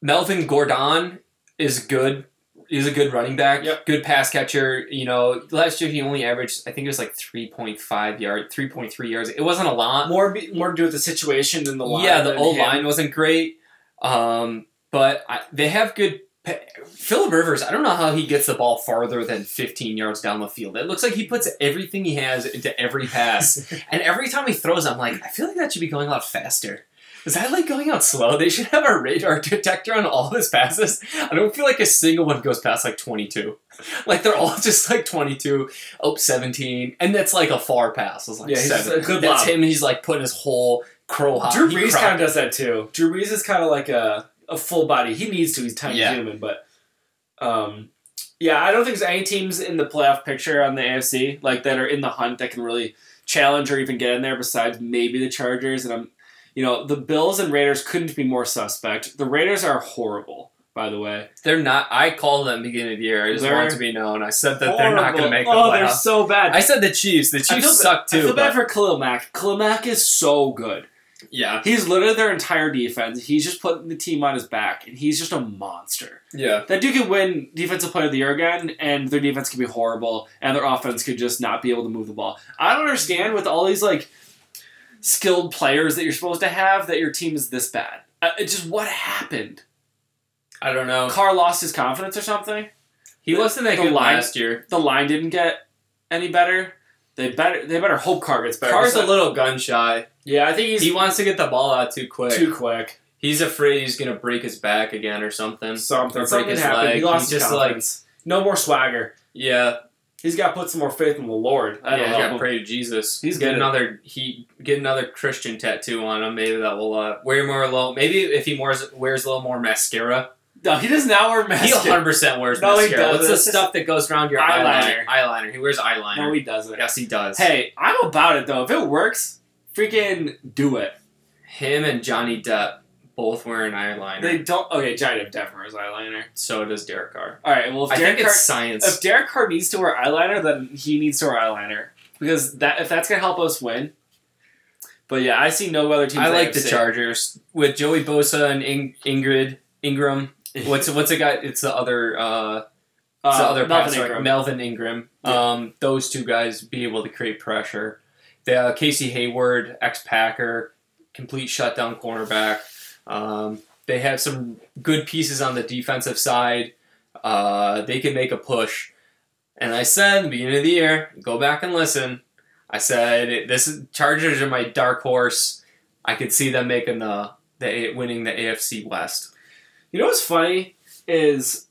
Melvin Gordon is good. He's a good running back.
Yep.
Good pass catcher. You know, last year he only averaged, I think it was like 3.5 yard, 3.3 yards. It wasn't a lot.
More be, more to do with the situation than the line.
yeah, the
than
old
him.
line wasn't great. Um, but I, they have good. pa- Phillip Rivers, I don't know how he gets the ball farther than 15 yards down the field. It looks like he puts everything he has into every pass. and every time he throws, I'm like, I feel like that should be going a lot faster. Is that like going out slow? They should have a radar detector on all his passes. I don't feel like a single one goes past like 22. Like they're all just like 22, oh, 17. And that's like a far pass. It's like
Yeah, he's just
seven.
a good
that's
lob.
him. He's like putting his whole crow hop.
Drew
he
Brees
crop-
kind of does that too. Drew Brees is kind of like a, a full body. He needs to. He's tiny
Yeah.
human, but um, yeah, I don't think there's any teams in the playoff picture on the AFC like that are in the hunt that can really challenge or even get in there. Besides maybe the Chargers, and I'm, you know, the Bills and Raiders couldn't be more suspect. The Raiders are horrible, by the way.
They're not. I called them beginning of the year. I just
They're
want it to be known. I said that they're not
Horrible.
going to make the
oh, they're
playoffs.
so bad.
I said the Chiefs. The
I feel
Chiefs
ba-
suck too.
I feel bad
but-
for Khalil Mack. Khalil Mack is so good.
yeah,
He's literally their entire defense. He's just putting the team on his back, and he's just a monster.
yeah.
That dude could win Defensive Player of the Year again, and their defense could be horrible, and their offense could just not be able to move the ball. I don't understand with all these like skilled players that you're supposed to have that your team is this bad. Uh, it's just what happened?
I don't know.
Carr lost his confidence or something.
He wasn't that
The
good
line-
last year.
The line didn't get any better. They better they better hope Carr gets better.
Carr's a little gun shy.
yeah, I think he's
He wants to get the ball out too quick.
too quick.
He's afraid he's gonna break his back again or something.
Something,
Or break
something
his
happened.
leg.
He lost
He
his
just, like-
confidence. no more swagger.
Yeah,
He's got to put some more faith in the Lord. I
yeah.
don't
He's
know.
gotta pray to Jesus.
He's
get
good.
another he get another Christian tattoo on him. Maybe that will uh, wear more a little. Maybe if he wears wears a little more mascara,
No, he does not wear
he
mascara.
100 percent wears
No, he
mascara. What's the
doesn't.
stuff that goes around your
Eyeliner.
eyeliner? Eyeliner. He wears eyeliner.
No, he doesn't.
yes, he does.
Hey, I'm about it though. If it works, freaking do it.
him and Johnny Depp both wear an eyeliner.
They don't. Okay, Johnny Depp definitely wears eyeliner.
so does Derek Carr.
All right. Well, if
I think
Derek, Carr,
it's science.
if Derek Carr needs to wear eyeliner, then he needs to wear eyeliner because that if that's gonna help us win. But yeah, I see no other team.
I like the Chargers with Joey Bosa and In- Ingrid Ingram. What's what's a guy? It's the other. Uh, it's the other
Melvin
passer,
Ingram.
Melvin Ingram. Um, those two guys be able to create pressure. The uh, Casey Hayward, ex Packer, complete shutdown cornerback. Um, they have some good pieces on the defensive side. Uh, they can make a push. And I said, at the beginning of the year, go back and listen. I said, this is, Chargers are my dark horse. I could see them making the, the A- winning the AFC West.
You know what's funny is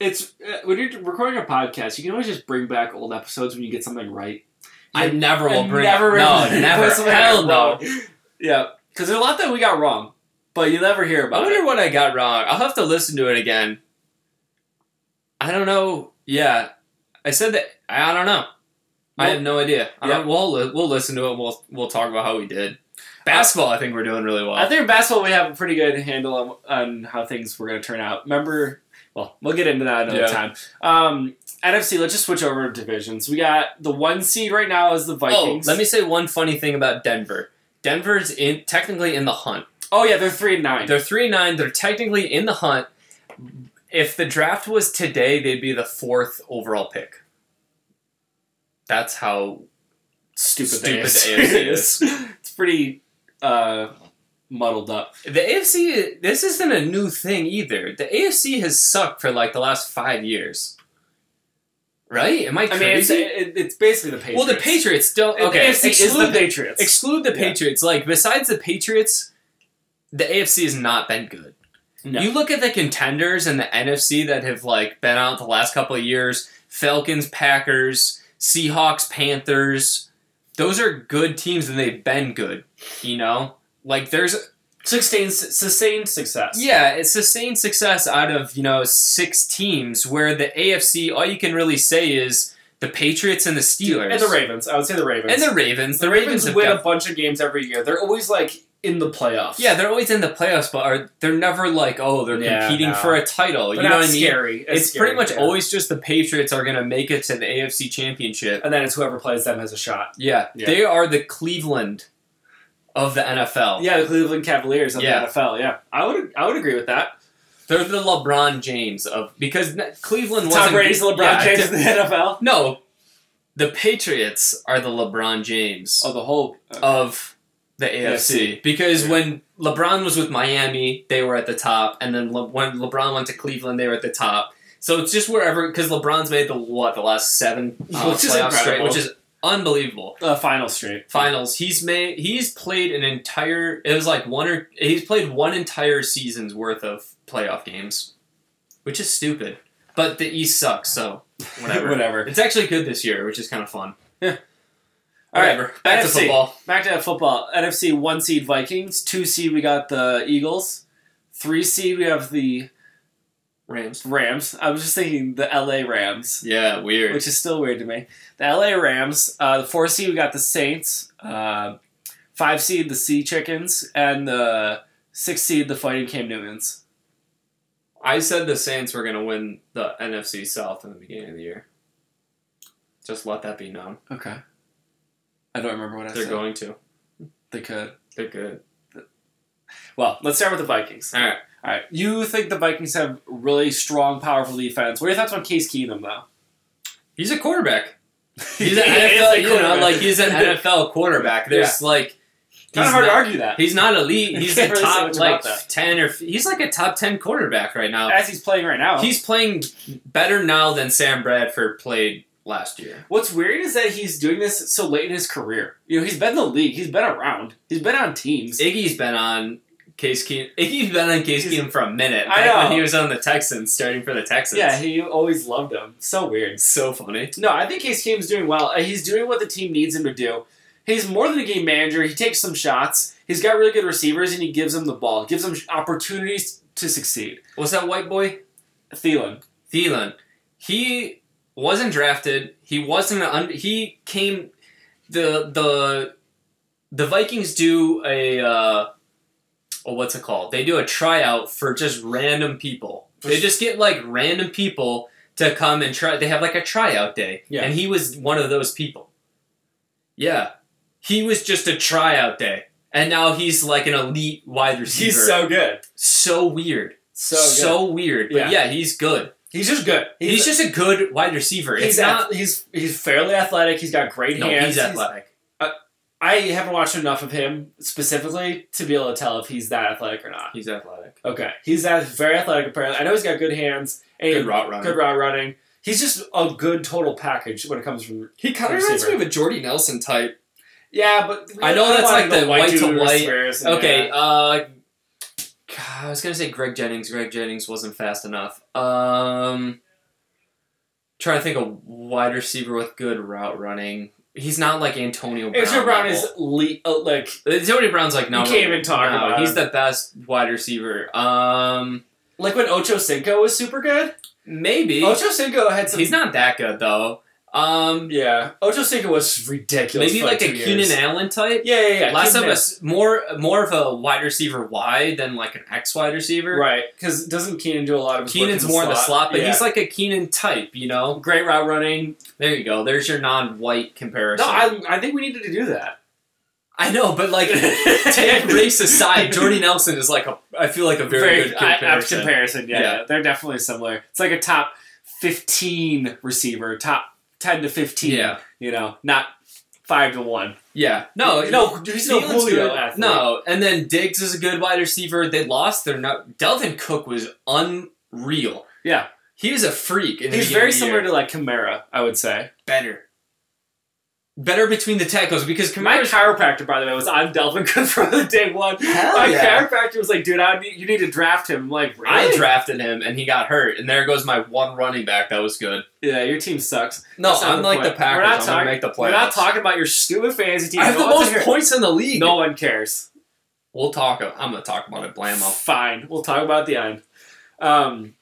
it's uh, when you're recording a podcast, you can always just bring back old episodes when you get something right.
I
Yeah,
never will
And
bring
never
no,
remember-
never,
something
hell no.
wrong. Yeah, because there's a lot that we got wrong, but you never hear
I
about
wonder
it.
what I got wrong. I'll have to listen to it again. I don't know. Yeah, I said that. I, I don't know. I
Well-
have no idea. I
Yeah.
don't, we'll li- we'll listen to it. We'll we'll talk about how we did. Basketball, I think we're doing really well.
I think in basketball we have a pretty good handle on, on how things were going to turn out. Remember, well, we'll get into that another
Yeah.
time. Um, NFC, let's just switch over to divisions. We got the one seed right now is the
oh,
Vikings.
let me say one funny thing about Denver. Denver's in technically in the hunt.
Oh yeah, they're three and nine.
They're three and nine. They're technically in the hunt. If the draft was today, they'd be the fourth overall pick. That's how
stupid.
Stupid
AFC.
AFC
is. it's pretty uh, muddled up.
The AFC, this isn't a new thing either. The AFC has sucked for like the last five years, right? Am I
I mean, it's,
crazy?
it, it's basically the Patriots.
well, the Patriots don't. Okay,
the AFC is
exclude
the Patriots.
exclude the
Yeah.
Patriots. Like besides the Patriots, the AFC has not been good.
No.
You look at the contenders in the NFC that have like been out the last couple of years: Falcons, Packers, Seahawks, Panthers. Those are good teams, and they've been good. You know, like there's
sustained sustained success.
Yeah, it's sustained success out of, you know, six teams where the AFC, all you can really say is the Patriots and the Steelers.
and the Ravens. I would say the Ravens.
And the Ravens. The,
The
Ravens,
Ravens
have
win
got-
a bunch of games every year. They're always like in the playoffs.
yeah, they're always in the playoffs, but are they're never like, oh, they're
Yeah,
competing
no.
for a title.
They're
you know
not
what I mean?
scary. as
It's
scary,
pretty much
yeah.
always just the Patriots are going to make it to the AFC Championship.
and then it's whoever plays them has a shot.
Yeah,
Yeah.
they are the Cleveland of the NFL.
Yeah, the Cleveland Cavaliers of
Oh.
the
Yeah.
NFL. Yeah, I would I would agree with that.
They're the LeBron James of because n- Cleveland wasn't
Tom Brady's LeBron
yeah,
James of the NFL.
No, the Patriots are the LeBron James
Oh, the whole
of the AFC because
Yeah.
when LeBron was with Miami, they were at the top, and then Le- when LeBron went to Cleveland, they were at the top. So it's just wherever because LeBron's made the what the last seven uh,
Which is
playoffs straight,
incredible.
which is unbelievable.
uh, final straight
Finals, he's made he's played an entire. It was like one or he's played one entire season's worth of playoff games, which is stupid. But the East sucks, so whatever.
whatever.
It's actually good this year, which is kind of fun.
Yeah.
All right, back to
NFC.
football.
Back to football. NFC one seed Vikings. Two seed we got the Eagles. Three seed we have the
Rams.
Rams. I was just thinking the LA Rams,
Yeah, weird.
which is still weird to me. The LA Rams, uh, the four seed, we got the Saints, uh, five seed, the Sea Chickens, and the six seed, the Fighting Cam Newmans.
I said the Saints were going to win the NFC South in the beginning of the year. Just let that be known.
Okay. I don't remember what I
They're
said.
going to.
They could.
They're good.
Well, let's start with the Vikings.
All right.
All right. You think the Vikings have really strong, powerful defense. What are your thoughts on Case Keenum, though?
He's a quarterback. He's an
He is
NFL,
a
you know,
quarterback.
like he's an NFL quarterback. There's like
Kind
he's
of hard to
not,
argue that.
he's not elite.
You
He's the
can't really say
top
much
like
about that.
10 or f- he's like a top 10 quarterback right now.
As he's playing right now.
He's playing better now than Sam Bradford played last year.
What's weird is that he's doing this so late in his career. You know, he's been in the league, he's been around, he's been on teams.
Iggy's been on Case Keenum. Iggy's been on Case
He's-
Keenum for a minute.
I
back when
know.
he was on the Texans, starting for the Texans.
yeah, he always loved him. So weird.
it's so funny.
No, I think Case Keenum's doing well. Uh, He's doing what the team needs him to do. He's more than a game manager. He takes some shots. He's got really good receivers, and he gives them the ball, gives them opportunities to succeed.
What's that white boy?
Thielen,
Thielen. He wasn't drafted. He wasn't. An un- he came. The the the Vikings do a. Uh, oh, what's it called? They do a tryout for just random people. They just get like random people to come and try. They have like a tryout day,
Yeah.
and he was one of those people. Yeah, he was just a tryout day, and now he's like an elite wide receiver.
he's so good,
so weird,
so
weird. But
Yeah.
yeah, he's good.
He's just good.
He's, just a good wide receiver.
he's
it's not.
ath- he's he's fairly athletic. He's got great
no,
hands.
he's athletic.
uh, I haven't watched enough of him specifically to be able to tell if he's that athletic or not.
He's athletic.
Okay, he's that very athletic apparently. I know he's got good hands and
Good route runner.
good route running. He's just a good total package when it comes from
He kind of reminds me of a Jordy Nelson type.
yeah, but
I know that's
wanna
like
go
the white to
dude
white.
whispers and
Okay,
yeah.
uh, God, I was gonna say Greg Jennings. Greg Jennings wasn't fast enough. Um, trying to think of wide receiver with good route running. He's not like Antonio Brown.
Antonio Brown
level.
is le- uh, like
Antonio Brown's like no.
You can't even talk
no,
about
He's
him.
the best wide receiver. Um,
like when Ocho Cinco was super good.
maybe
Ocho Cinco had some.
he's not that good though. Um,
yeah, Ocho Cinco was ridiculous.
maybe
for,
like a
two years.
Keenan Allen type.
Yeah, yeah, yeah.
Less
Keenan
of a s- more more of a wide receiver wide than like an X wide receiver.
Allen. right? Because doesn't Keenan do a lot of? his work
Keenan's
in
more in
slot?
the slot, but
yeah.
he's like a Keenan type, you know.
great route running.
There you go. There's your non-white comparison.
No, I, I think we needed to do that.
I know, but like take race aside, Jordy Nelson is like a I feel like a very, good
I- apt
comparison.
comparison, yeah,
Yeah.
yeah, they're definitely similar. It's like a top fifteen receiver, top ten to fifteen.
Yeah.
you know, not five to one.
yeah. No,
no, he's no
Thielen's
Julio
good.
athlete.
No, and then Diggs is a good wide receiver. They lost their nut. Delvin Cook was unreal.
Yeah.
He was a freak. In the
he's
beginning
very
of the
similar
year.
to like Kamara, I would say.
better. Better between the tackles because
My
Kamara's
chiropractor, by the way, was on Delvin Cook from the day one.
Hell
My
yeah.
chiropractor was like, "Dude, I need, you need to draft him." I'm like,
I
really?
drafted him and he got hurt, and there goes my one running back that was good.
yeah, your team sucks.
No,
That's not
I'm
the
like
point.
the Packers.
We're not
I'm
talking-
gonna make the playoffs.
We're not talking about your stupid fantasy team.
I have
No
the
one wants
most
to hear it.
points in the league.
No one cares.
we'll talk. a- I'm gonna talk about it. Blam up.
Fine. We'll talk about it at the end. Um,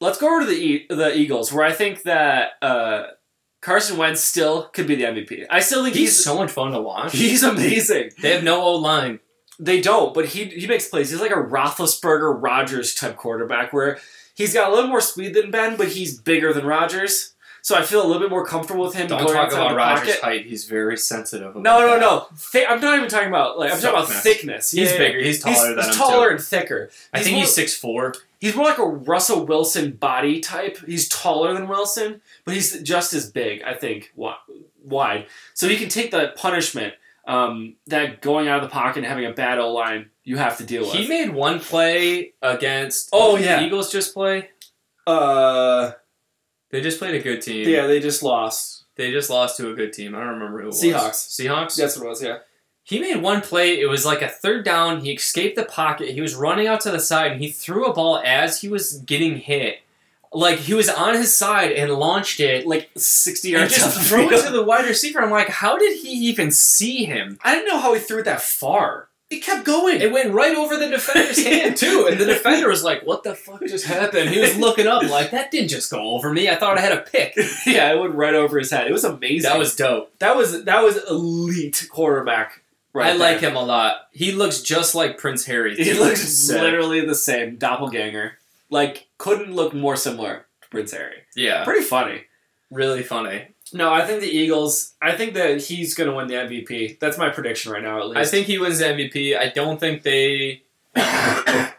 let's go over to the e- the Eagles, where I think that uh, Carson Wentz still could be the MVP. I still think
He's
he's
so much fun to watch.
he's amazing.
They have no O line.
They don't, but he he makes plays. He's like a Roethlisberger Rogers type quarterback, where he's got a little more speed than Ben, but he's bigger than Rogers. So I feel a little bit more comfortable with him
Don't
going
talk
outside
about
the
Rogers'
pocket.
height. He's very sensitive. About
No, no,
that.
no. Thi- I'm not even talking about like I'm talking about thickness.
Thickness. He's
Yeah, yeah, yeah.
bigger. He's taller
He's,
than
he's
him. too.
taller and thicker.
I think
more-
he's six four.
He's more like a Russell Wilson body type. He's taller than Wilson, but he's just as big, I think, wi- wide. So he can take the punishment um, that going out of the pocket and having a bad O line you have to deal with.
He made one play against.
Oh,
who did
yeah.
the Eagles just play.
uh,
They just played a good team.
yeah, they just lost.
They just lost to a good team. I don't remember who it was.
Seahawks.
Seahawks.
That's what it was. Yeah,
He made one play. It was like a third down. He escaped the pocket. He was running out to the side and he threw a ball as he was getting hit. Like he was on his side and launched it.
like sixty
And
yards.
just
down the
threw it
field.
to the wide receiver. I'm like, how did he even see him?
I didn't know how he threw it that far. It kept going.
It went right over the defender's hand too, and the defender was like, "What the fuck just happened?" He was looking up like, "That didn't just go over me. I thought I had a pick."
yeah, it went right over his head. It was amazing.
That was dope.
that was that was elite quarterback. Right
I like
there.
him a lot. He looks just like Prince Harry.
He
too.
looks
Sick.
literally the same, doppelganger. Like, couldn't look more similar to Prince Harry.
yeah,
Pretty funny.
really funny.
No, I think the Eagles, I think that he's going to win the MVP. That's my prediction right now, at
I
least.
think he wins the MVP. I don't think they. I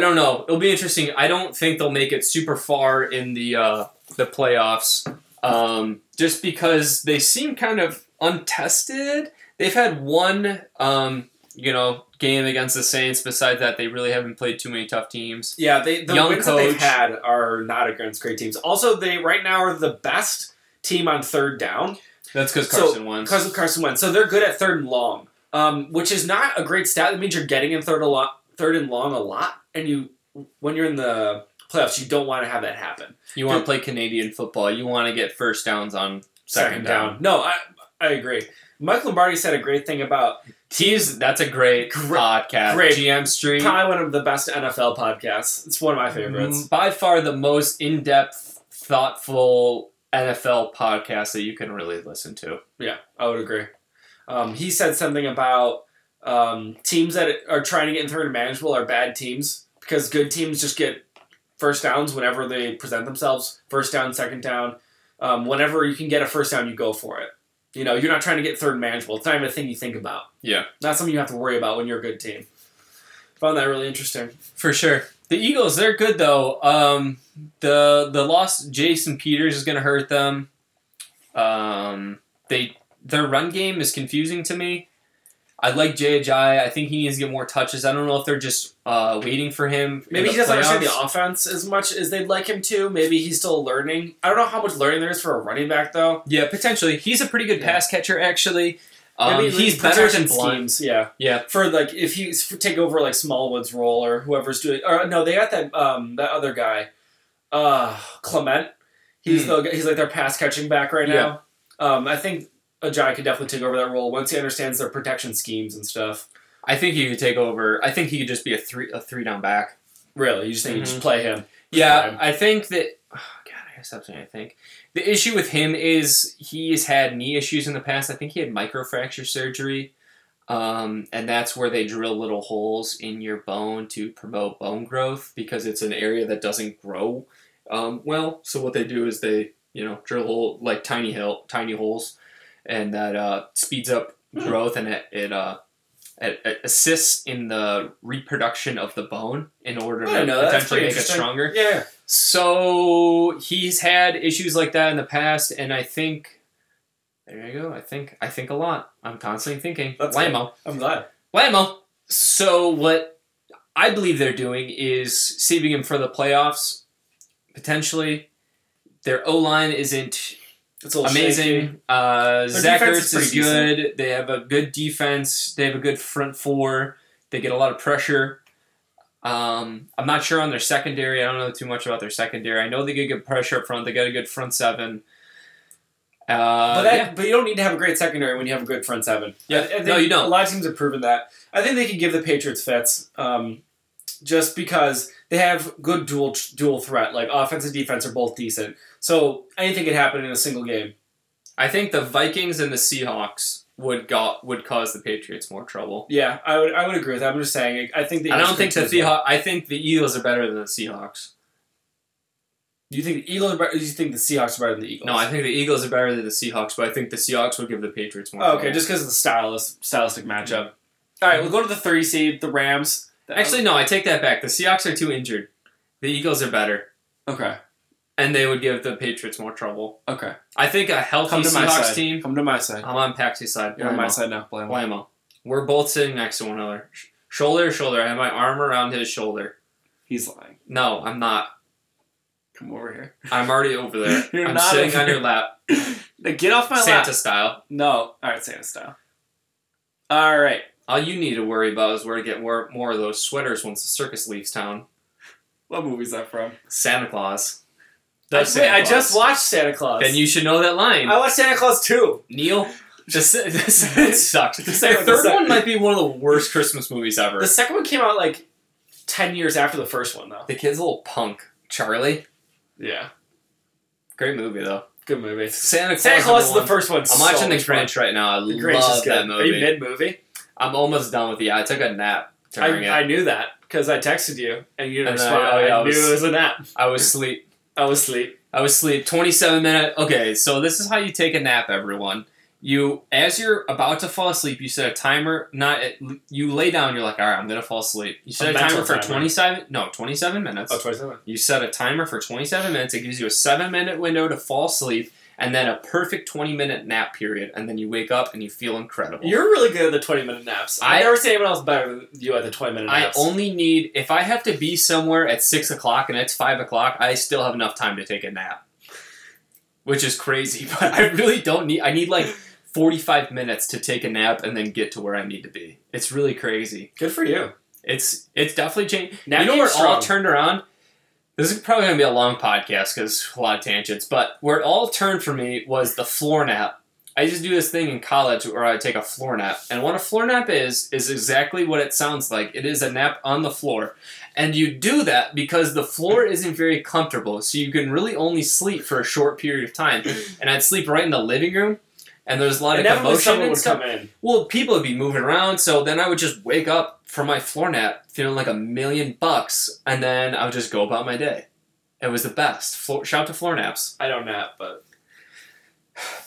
don't know. It'll be interesting. I don't think they'll make it super far in the uh, the playoffs, um, just because they seem kind of untested. They've had one, um, you know, game against the Saints. Besides that, they really haven't played too many tough teams.
yeah, they, the
Young
wins that they've
coach.
had are not against great teams. Also, they right now are the best team on third down
That's because
So,
Carson won.
because of Carson Wentz. So they're good at third and long, um, which is not a great stat. That means you're getting in third a lot, third and long a lot, and you when you're in the playoffs, you don't want to have that happen.
You want to play Canadian football. You want to get first downs on second, down.
No, I I agree. Mike Lombardi said a great thing about
Tease. That's a great,
Great-
podcast.
great.
GM Street.
probably one of the best NFL podcasts. It's one of my favorites.
Mm, By far the most in depth, thoughtful NFL podcast that you can really listen to.
Yeah, I would agree. Um, he said something about um, teams that are trying to get in third and manageable are bad teams because good teams just get first downs whenever they present themselves. First down, second down. Um, whenever you can get a first down, you go for it. You know, you're not trying to get third and manageable. It's not even a thing you think about.
Yeah.
Not something you have to worry about when you're a good team. Found that really interesting.
For sure. The Eagles, they're good though. Um, the the loss Jason Peters is gonna hurt them. Um, they their run game is confusing to me. I like Jai. I think he needs to get more touches. I don't know if they're just uh, waiting for him. in
Maybe
the
he doesn't understand
playoffs.
the offense as much as they'd like him to. Maybe he's still learning. I don't know how much learning there is for a running back, though.
Yeah, potentially. He's a pretty good
Yeah.
pass catcher, actually. Um,
Maybe
he's better than
protection
Blunt.
schemes. Yeah,
Yeah.
For like, if you s- take over like Smallwood's role or whoever's doing, or no, they got that um that other guy, uh Clement. He's
Hmm.
the he's like their pass catching back right now. Um, I think Ajay could definitely take over that role once he understands their protection schemes and stuff.
I think he could take over. I think he could just be a three a three down back.
Really, you just think you
Mm-hmm.
just play him.
Yeah,
Right.
I think that. Oh God, I gotta stop saying. I think the issue with him is he's had knee issues in the past. I think he had microfracture surgery, um, and that's where they drill little holes in your bone to promote bone growth because it's an area that doesn't grow um, well. So what they do is they you know drill hole like tiny hill tiny holes, and that uh, speeds up
Hmm.
growth and it, it uh. It, it assists in the reproduction of the bone in order
I
to
didn't know that. That's
potentially
pretty
make it
interesting.
stronger.
Yeah,
So he's had issues like that in the past, and I think there you go. I think I think a lot. I'm constantly thinking.
That's good.
Lamo,
I'm glad.
Lamo. So what I believe they're doing is saving him for the playoffs, potentially. Their O line isn't
It's a little shaky.
amazing. Uh, Zach
defense
Ertz
is
is
pretty
good. They have a good defense. They have a good front four. They get a lot of pressure. Um, I'm not sure on their secondary. I don't know too much about their secondary. I know they get good pressure up front. They got a good front seven. Uh,
but that,
yeah.
but you don't need to have a great secondary when you have a good front seven.
Yeah.
I- I think
No, you don't.
A lot of teams have proven that. I think they could give the Patriots fits, um, just because they have good dual dual threat. Like offense and defense are both decent, so anything could happen in a single game.
I think the Vikings and the Seahawks would got would cause the Patriots more trouble.
Yeah, I would I would agree with that. I'm just saying. I think the
I
Eagles
don't think
could
the
as well.
Seahawks. I think the Eagles are better than the Seahawks.
Do you think the Eagles? Are better, do you think the Seahawks are better than the Eagles?
No, I think the Eagles are better than the Seahawks, but I think the Seahawks would give the Patriots more.
Oh,
trouble.
okay, just because of the stylist, stylistic matchup. All right, we'll go to the three seed, the Rams.
Actually, no, I take that back. The Seahawks are too injured. The Eagles are better,
okay,
and they would give the Patriots more trouble.
okay.
I think a healthy
Come to my
Seahawks
side.
team.
Come to my side.
I'm on Pax's side.
You're on my
Blammo.
side now. Blame.
Blammo. We're both sitting next to one another, Sh- shoulder to shoulder. I have my arm around his shoulder.
He's lying.
No, I'm not.
Come over here.
I'm already over there.
You're
I'm
not
sitting
over
on your lap,
Now get off my
Santa
lap.
style.
No. All right, Santa style. All right.
All you need to worry about is where to get more, more of those sweaters once the circus leaves town.
What movie's that from?
Santa Claus. The
I, wait,
Santa
I just
Claus.
watched Santa Claus.
Then you should know that line.
I watched Santa Claus too.
Neil, this, this it sucked.
The
The
second- the
third
second-
one might be one of the worst Christmas movies ever.
The second one came out like ten years after the first one, though.
the kid's a little punk. Charlie,
Yeah,
great movie though.
good movie.
Santa Claus,
Santa Claus is
number
the first one.
one. I'm watching The Grinch right now. I
The Grinch is
love
good.
that
Are you
movie.
mid movie?
I'm almost done with the. I took a nap during
I,
it.
I knew that because I texted you and you didn't
And then
respond.
I- oh,
I,
I was-
knew it was a nap.
I, was asleep.
I was asleep.
I was asleep. 27 minute. Okay, so this is how you take a nap, everyone. You, as you're about to fall asleep, you set a timer. Not you lay down. You're like, all right, I'm gonna fall asleep. You set a,
mental
timer for
timer.
27. No, 27 minutes.
Oh, 27.
You set a timer for 27 minutes. It gives you a seven minute window to fall asleep and then a perfect 20 minute nap period. And then you wake up and you feel incredible.
You're really good at the 20 minute naps. I've
I-
never seen anyone else better than you at the 20 minute
I
naps.
only need, if I have to be somewhere at six o'clock and it's five o'clock, I still have enough time to take a nap, which is crazy. But I really don't need, I need like 45 minutes to take a nap and then get to where I need to be. It's really crazy.
good for you.
It's, it's definitely changed.
Now
you know
we're
where it all turned around? This is probably going to be a long podcast because a lot of tangents, but where it all turned for me was the floor nap. I used to do this thing in college where I would take a floor nap. And what a floor nap is, is exactly what it sounds like. It is a nap on the floor. And you do that because the floor isn't very comfortable. So you can really only sleep for a short period of time. And I'd sleep right in the living room. And there's a lot of
Inevitably,
commotion
someone
and
would
stuff.
come in.
Well, people would be moving around, so then I would just wake up from my floor nap feeling like a million bucks, and then I would just go about my day. It was the best. Floor, shout out to floor naps.
I don't nap, but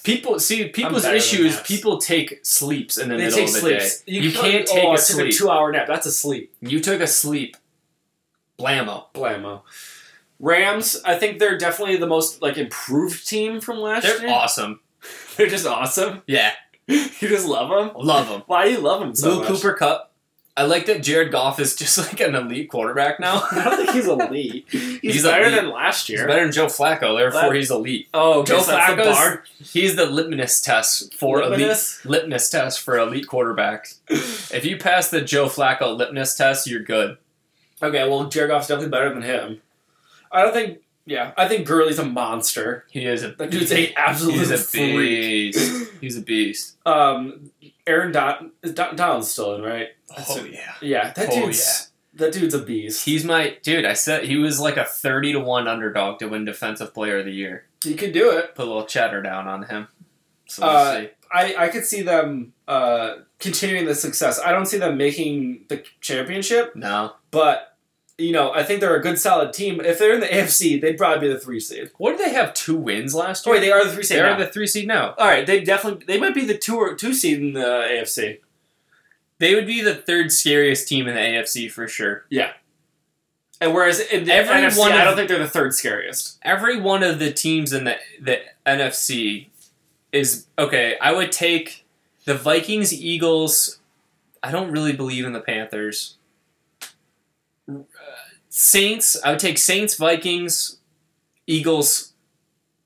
People see people's
better than
issue is
naps.
people take sleeps in the
they
middle
take
of the
sleeps.
day. You, can't
oh,
take
I
a
took
sleep.
two hour nap. That's a sleep.
you took a sleep. Blammo.
Blammo. Rams, I think they're definitely the most like improved team from last
They're
year.
awesome.
They're just awesome.
Yeah,
you just love him.
Love him.
Why do you love him so
Lou
much?
Cooper Cup. I like that Jared Goff is just like an elite quarterback now.
I don't think he's elite. He's,
He's
better
elite.
than last
He's
year.
better than Joe Flacco, therefore
That-
he's elite.
oh, okay,
Joe
so that's the
Flacco's
bar.
He's the litmus test for elite
Litmus?
litmus test for elite quarterbacks. if you pass the Joe Flacco litmus test, you're good.
Okay, well, Jergoff's definitely better than him. I don't think. Yeah, I think Gurley's a monster.
He is a
That dude's a absolute
he's a
freak.
beast. He's a beast.
Um, Aaron Don is Don, Donald's still in, right? That's it.
yeah.
Yeah, that
Oh,
dude's that dude's a beast.
He's my dude. I said he was like a thirty to one underdog to win Defensive Player of the Year.
He could do it.
Put a little chatter down on him. So we'll
Uh,
see.
I I could see them uh continuing the success. I don't see them making the championship,
No.
but you know I think they're a good solid team. If they're in the AFC, they'd probably be the three seed.
What did they have? Two wins last
Oh,
year.
wait, they are the three seed.
They
now.
are the three seed now.
All right, they definitely they might be the two or two seed in the AFC.
They would be the third scariest team in the AFC for sure.
And whereas in the
Every
NFC,
one
I
of-
don't think they're the third scariest.
every one of the teams in the the NFC is okay. I would take the Vikings, Eagles. I don't really believe in the Panthers. Uh, Saints. I would take Saints, Vikings, Eagles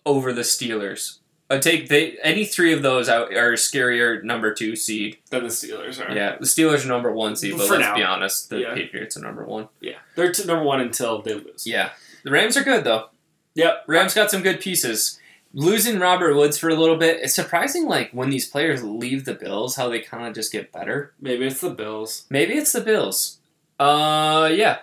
over the Steelers. I'd take they any three of those out are a scarier number two seed.
Than the Steelers are.
Yeah, the Steelers are number one seed, but
For
let's
now.
be honest, the
Yeah.
Patriots are number one.
yeah. They're t- number one until they lose.
Yeah, the Rams are good though.
Yep.
Rams got some good pieces. Losing Robert Woods for a little bit, it's surprising. Like when these players leave the Bills, how they kind of just get better.
Maybe it's the Bills.
Maybe it's the Bills. Uh, yeah.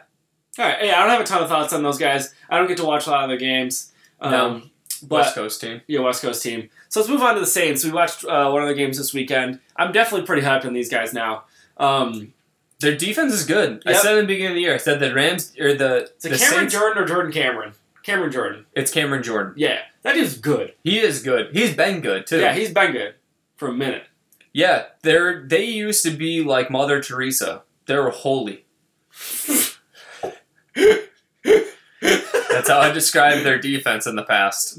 All right. Hey, I don't have a ton of thoughts on those guys. I don't get to watch a lot of their games. Um,
No.
But
West Coast team.
yeah, West Coast team. So let's move on to the Saints. We watched uh, one of their games this weekend. I'm definitely pretty hyped on these guys now. Um,
Their defense is good. I
Yep.
said in the beginning of the year, I said the Rams or the
is it
the
Cameron
Saints-
Jordan or Jordan Cameron? Cameron Jordan.
It's Cameron Jordan.
Yeah, that dude's good.
He is good. He's been good too.
Yeah, he's been good for a minute.
yeah. They're they used to be like Mother Teresa. They were holy. That's how I described their defense in the past.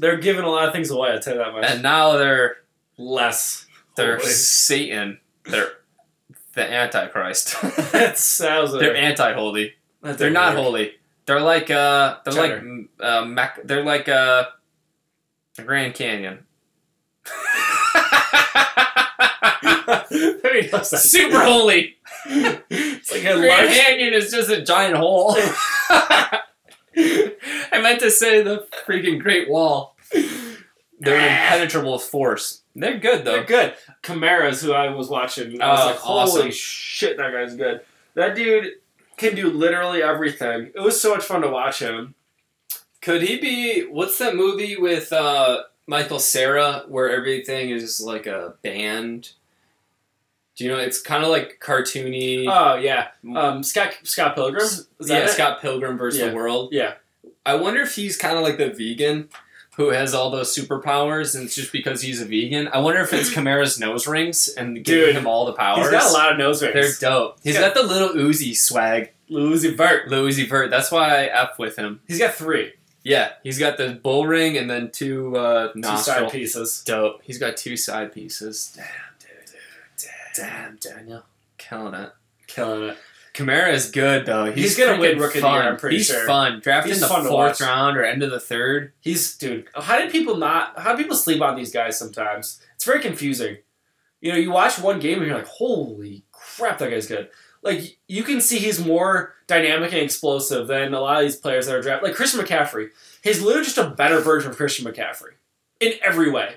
They're giving a lot of things away. I tell you that much.
And now they're
Less.
They're
holy.
Satan. They're the Antichrist.
That's that was a-
they're anti-holy.
that's a
They're not
weird-
holy. They're like uh, they're
Cheddar.
like uh, Mac- they're like uh, the Grand Canyon.
there he goes.
Super holy.
It's like a
Grand
large.
Canyon is just a giant hole. I meant to say the freaking Great Wall. They're an
Ah.
impenetrable force. They're good though.
They're good. Kamara's who I was watching. I was
Oh,
like, holy
awesome.
shit, that guy's good. That dude can do literally everything. It was so much fun to watch him.
Could he be? What's that movie with uh, Michael Sarah where everything is like a band? Do you know? It's kind of like cartoony.
Oh yeah, um, Scott Scott Pilgrim. Is that
yeah,
it?
Scott Pilgrim versus
Yeah.
the World.
Yeah.
I wonder if he's kind of like the vegan who has all those superpowers, and it's just because he's a vegan. I wonder if it's Kamara's nose rings and giving
Dude,
him all the powers.
He's got a lot of nose
They're
rings.
dope. He's
Yeah.
got the little Uzi swag,
Louis Vert.
Louis Vert. That's why I f with him.
He's got three
Yeah, he's got the bull ring and then two uh,
two side
nostril
pieces.
Dope. He's got two side pieces. Damn, dude. Damn, Daniel. Killing it.
Killing it.
Kamara is good though.
He's
He's,
gonna win
freaking
Rookie of the
fun.
Year, I'm pretty
He's
sure.
fun. Drafted
He's
in the
fun to watch.
fourth round or end of the third.
He's dude. How did people not? How do people sleep on these guys sometimes? It's very confusing. You know, you watch one game and you're like, "Holy crap, that guy's good!" Like you can see he's more dynamic and explosive than a lot of these players that are drafted. Like Christian McCaffrey, he's literally just a better version of Christian McCaffrey in every way.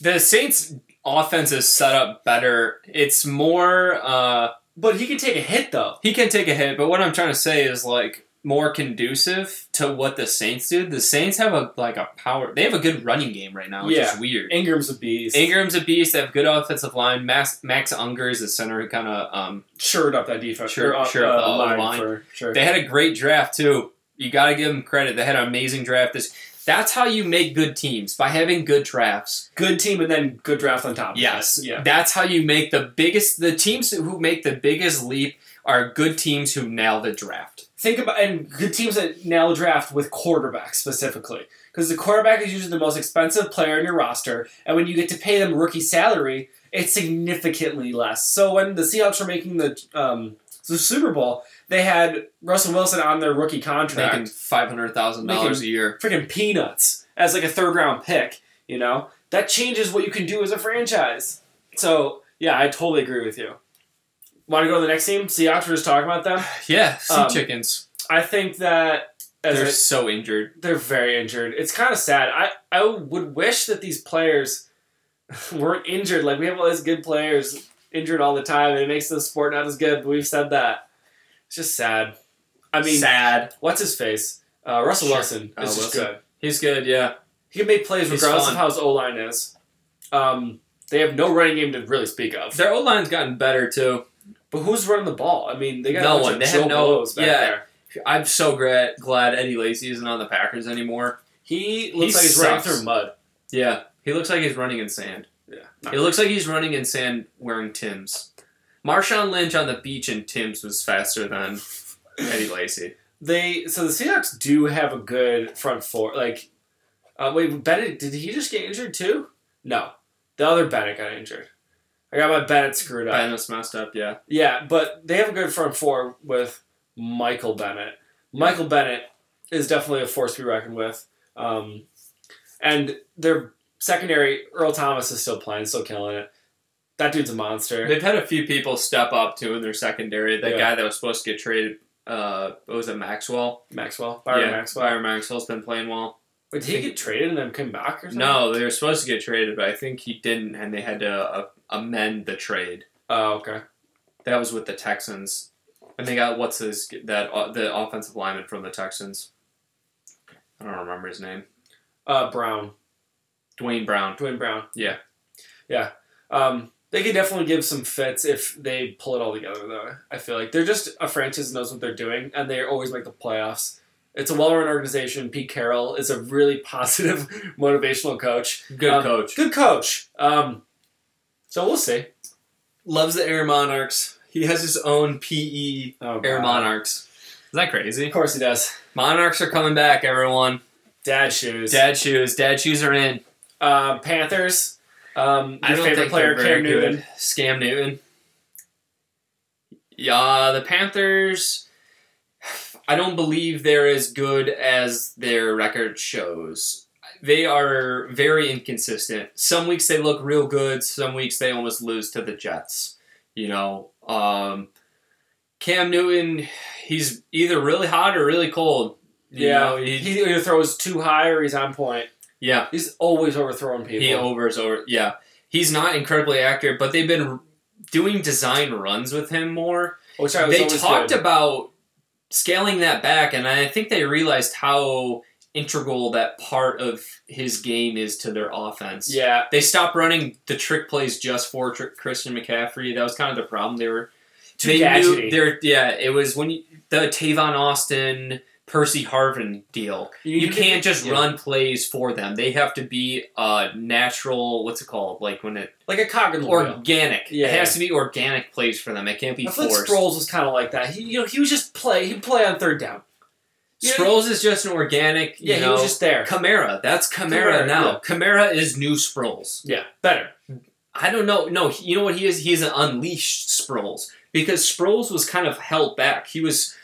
The Saints offense is set up better. It's more uh
But he can take a hit though.
he can take a hit, but what I'm trying to say is like more conducive to what the Saints do. The Saints have a like a power they have a good running game right now, which
Yeah.
is weird.
Ingram's a beast.
Ingram's a beast. They have good offensive line. Max, Max Unger is the center who kind of. Um,
shored up that defense.
Sure-
or up,
sure
uh,
up the
line,
line.
for sure.
they had a great draft too. You got to give them credit. They had an amazing draft. This that's how you make good teams by having good drafts.
good team and then good draft on top. of
Yes,
that. Yeah.
That's how you make the biggest. The teams who make the biggest leap are good teams who nail the draft.
think about and good teams that now draft with quarterbacks specifically because the quarterback is usually the most expensive player in your roster, and when you get to pay them rookie salary, it's significantly less. So when the Seahawks were making the um, the Super Bowl, they had Russell Wilson on their rookie contract,
making five hundred thousand dollars a year.
freaking peanuts as like a third round pick. You know that changes what you can do as a franchise. So yeah, I totally agree with you. Want to go to the next team? Seahawks were just talking about them.
Yeah, sea
Um,
chickens.
I think that as
They're
a-
so injured.
they're very injured. It's kind of sad. I, I would wish that these players weren't injured. Like, we have all these good players injured all the time, and it makes the sport not as good, but we've said that. It's just sad. I mean,
sad.
what's his face? Uh, Russell
Sure.
Wilson
Uh,
is just
Wilson.
good.
He's good. Yeah.
He can make plays
He's
regardless
fun.
of how his O line is. Um, they have no running game to really speak of.
Their old line's gotten better too.
But who's running the ball? I mean, they got
No
a bunch
one.
Of
They
Joe
have no-
Burrows back
yeah.
there.
I'm so glad glad Eddie Lacy isn't on the Packers anymore.
He looks
He
like he's running
sucks.
through mud.
Yeah, he looks like he's running in sand.
Yeah.
It looks like he's running in sand wearing Tim's. Marshawn Lynch on the beach in Tim's was faster than Eddie Lacy.
They so the Seahawks do have a good front four. Like, uh, wait, Bennett did he just get injured too? No, the other Bennett got injured. I got my Bennett screwed up.
Ben was messed up. Yeah.
Yeah, but they have a good front four with Michael Bennett. Michael Bennett is definitely a force to be reckoned with. Um, and their secondary, Earl Thomas is still playing, still killing it. That dude's a monster.
They've had a few people step up too in their secondary. That
Yeah.
guy that was supposed to get traded, uh, what was it Maxwell?
Maxwell, Byron
yeah,
Maxwell.
Byron Maxwell's been playing well.
Wait, did he get traded and then come back or something?
No, they were supposed to get traded, but I think he didn't, and they had to uh, amend the trade.
Oh, okay.
That was with the Texans, and they got what's his that uh, the offensive lineman from the Texans. I don't remember his name.
Uh, Brown.
Dwayne Brown.
Dwayne Brown.
Yeah.
Yeah. Um, they could definitely give some fits if they pull it all together, though. I feel like they're just a franchise that knows what they're doing, and they always make the playoffs. It's a well-run organization. Pete Carroll is a really positive, motivational coach.
Good
Um,
coach.
Good coach. Um, so we'll see.
Loves the Air Monarchs. He has his own PE
Oh,
Air Monarchs. Is that crazy?
Of course he does.
Monarchs are coming back, everyone.
Dad shoes.
Dad shoes. Dad shoes are in.
Uh, Panthers. Um,
I
your
don't
favorite
think
player,
they're very
Cam Newton.
Good. Scam Newton. Yeah, the Panthers. I don't believe they're as good as their record shows. They are very inconsistent. Some weeks they look real good. Some weeks they almost lose to the Jets. You know, um, Cam Newton, he's either really hot or really cold. You
Yeah.
know, he,
He either throws too high or he's on point.
yeah.
He's always overthrowing people.
He overs over. Yeah, he's not incredibly accurate, but they've been r- doing design runs with him more.
which I was
they
always
talked
good.
about scaling that back, and I think they realized how integral that part of his game is to their offense.
Yeah.
They stopped running the trick plays just for tr- Christian McCaffrey. That was kind of the problem. They were
Too
they
gadgety.
knew they're yeah. It was when you, the Tavon Austin, Percy Harvin deal
need
you
to
can't
get-
just
yeah.
run plays for them. They have to be uh, natural. What's it called? Like when it
like a cog in the wheel.
organic.
Yeah.
It has to be organic plays for them. It can't be
I feel like
forced.
Sproles was kind of like that. He, you know, he was just play. He'd play on third down. Yeah.
Sproles is just an organic. You
Yeah, he
know,
was just there.
Camara. That's Camara
Kamara,
now. Camara is new Sproles.
Yeah, better.
I don't know. No, he- you know what he is? He's an unleashed Sproles because Sproles was kind of held back. He was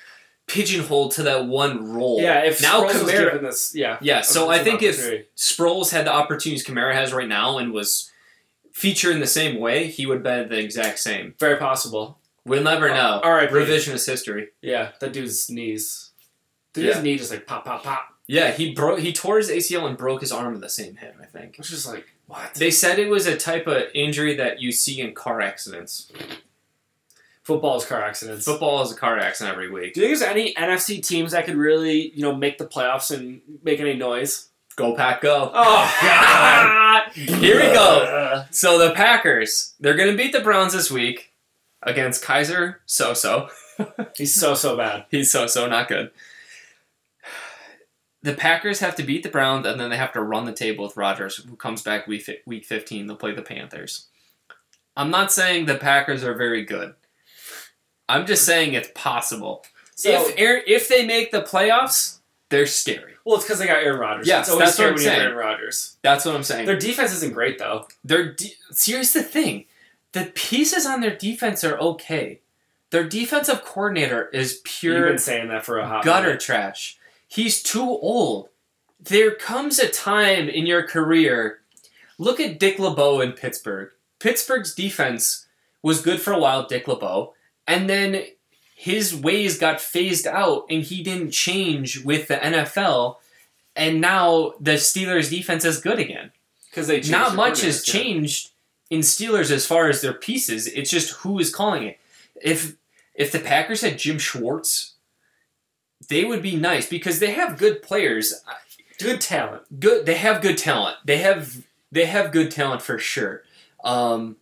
pigeonholed to that one role.
Yeah, if
now
Sproles was
Kamara-
given this, yeah.
Yeah, so I
an
think if
opportunity.
Sproles had the opportunities Kamara has right now and was featured in the same way, he would have been the exact same.
very possible.
We'll never know.
All right,
Revisionist history.
Yeah, that dude's knees. Dude's
Yeah.
knee just like pop, pop, pop.
Yeah, he broke. He tore his ACL and broke his arm in the same hit. I think
It's just like what
they said it was a type of injury that you see in car accidents.
football is car accidents.
Football is a car accident every week.
Do you think there's any NFC teams that could really, you know, make the playoffs and make any noise?
Go pack, go!
Oh God!
Here we go. So the Packers, they're gonna beat the Browns this week against Kaiser So-so.
He's so so bad.
He's so so not good. The Packers have to beat the Browns, and then they have to run the table with Rodgers, who comes back week fi- week fifteen. They'll play the Panthers. I'm not saying the Packers are very good. I'm just saying it's possible.
So,
if Aaron, if they make the playoffs, they're scary.
well, it's because they got Aaron Rodgers.
Yes,
it's always
that's
scary when
what I'm
you have
saying.
Aaron Rodgers.
That's what I'm saying.
Their defense isn't great though.
Their de- see, here's the thing: the pieces on their defense are okay. Their defensive coordinator is
You've
pure
been saying that for a hot
gutter
minute.
trash. He's too old. There comes a time in your career. Look at Dick LeBeau in Pittsburgh. Pittsburgh's defense was good for a while, Dick LeBeau, and then his ways got phased out and he didn't change with the NFL. And now the Steelers' defense is good again
because they changed
not
their
much has
coordinators, yeah.
changed in Steelers as far as their pieces. It's just who is calling it. If if the Packers had Jim Schwartz, they would be nice because they have good players.
Good talent.
Good, they have good talent. They have they have good talent for sure. Um,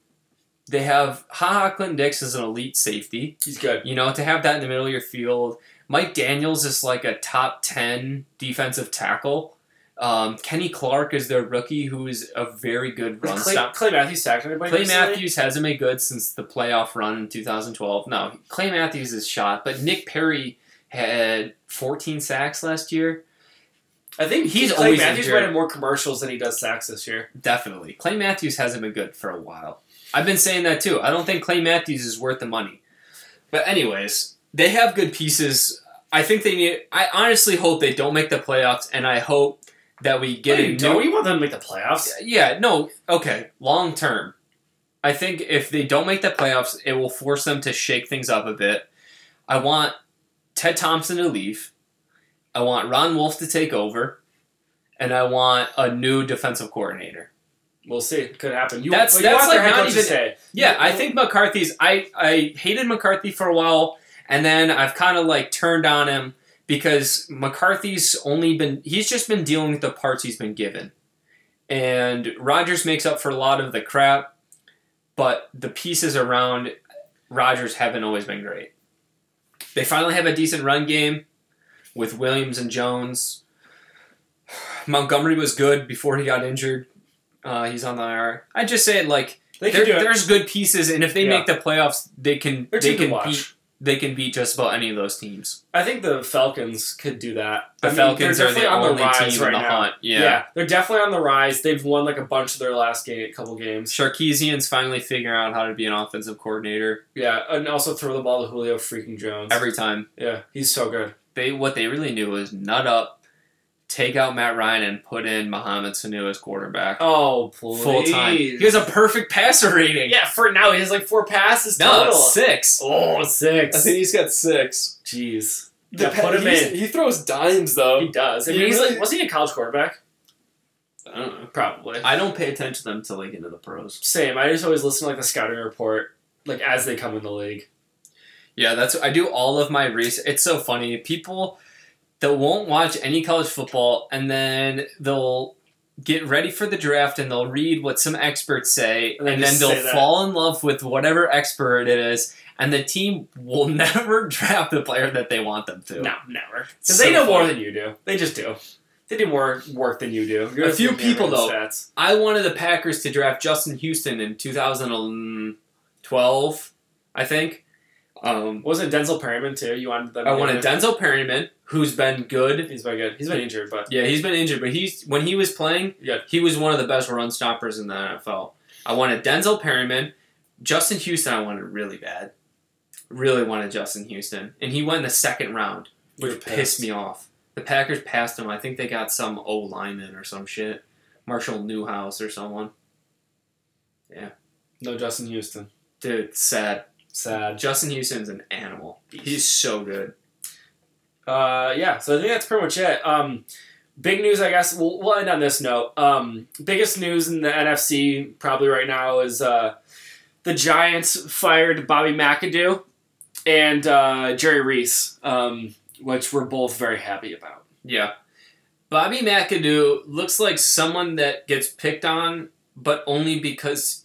they have Ha Ha Clinton Dix is an elite safety.
He's good.
You know to have that in the middle of your field. Mike Daniels is like a top ten defensive tackle. Um, Kenny Clark is their rookie, who is a very good run
Has Clay,
stop.
Clay Matthews sacked anybody?
Clay
recently?
Matthews hasn't made good since the playoff run in 2012. No, Clay Matthews is shot, but Nick Perry had 14 sacks last year.
I think
He's
Clay
always
Matthews
injured.
might have more commercials than he does sacks this year.
Definitely. Clay Matthews hasn't been good for a while. I've been saying that too. I don't think Clay Matthews is worth the money. But anyways, they have good pieces. I think they need I honestly hope they don't make the playoffs and I hope that we get
What
a
do you
new-
do? You want them to make the playoffs?
Yeah, no, okay, long term. I think if they don't make the playoffs, it will force them to shake things up a bit. I want Ted Thompson to leave. I want Ron Wolf to take over. And I want a new defensive coordinator.
We'll see. It could happen. You,
That's-
but you
that's
want their
like
head
not
coach to
even-
stay.
Yeah, I think McCarthy's. I, I hated McCarthy for a while, and then I've kind of like turned on him because McCarthy's only been. He's just been dealing with the parts he's been given. And Rodgers makes up for a lot of the crap, but the pieces around Rodgers haven't always been great. They finally have a decent run game with Williams and Jones. Montgomery was good before he got injured. Uh, he's on the IR. I just say it like
They
there,
could do it.
there's good pieces, and if they
Yeah.
make the playoffs, they can
Their
they
team to
can
watch.
beat they can beat just about any of those teams.
I think the Falcons could do that.
The
I mean,
Falcons
they're
are
definitely
the
on
only
the rise
team
right
in the
now.
hunt. Yeah.
they're definitely on the rise. They've won like a bunch of their last game, couple games.
Sarkeesian's finally figuring out how to be an offensive coordinator
Yeah, and also throw the ball to Julio freaking Jones.
every time.
yeah, he's so good.
They what they really knew was nut up, take out Matt Ryan and put in Mohamed Sanu as quarterback
Oh, please.
full time. He has a perfect passer rating.
Yeah, for now he has like four passes
no,
total.
it's six.
Oh, six.
he's got six.
Jeez,
The
Yeah,
pa-
put him
he's-
in.
He throws dimes though.
he does. I
He
mean, he's
really-
like, wasn't he a college quarterback?
I don't know.
Probably.
I don't pay attention to them until they get into the pros.
Same. I just always listen to like the scouting report, like as they come in the league.
Yeah, that's I do all of my research. It's so funny. People that won't watch any college football and then they'll get ready for the draft and they'll read what some experts say
And
and,
they
then
just
they'll
say that.
fall in love with whatever expert it is and the team will never draft the player that they want them to.
No, never. Because
So
they know more
funny.
than you do. They just do. They do more work than you do. You're
A
just
few
looking at
people,
random
though.
Stats.
I wanted the Packers to draft Justin Houston in 2012, I think. Um,
Wasn't Denzel Perryman too? You wanted them.
I
to
wanted
get him?
Denzel Perryman, who's been good
He's been good. He's been injured, but
Yeah, he's been injured, but he's when he was playing,
Yeah.
he was one of the best run stoppers in the NFL. I wanted Denzel Perryman, Justin Houston. I wanted really bad, really wanted Justin Houston, and he went in the second round,
You're
which
pissed.
pissed me off. The Packers passed him. I think they got some O lineman or some shit, Marshall Newhouse or someone.
no Justin Houston.
Dude, sad.
Sad.
Justin Houston's an animal. He's so good.
Uh, yeah. So I think that's pretty much it. Um, big news, I guess. We'll, we'll end on this note. Um, biggest news in the NFC probably right now is uh, the Giants fired Bobby McAdoo and uh, Jerry Reese, um, which we're both very happy about.
Yeah. Bobby McAdoo looks like someone that gets picked on, but only because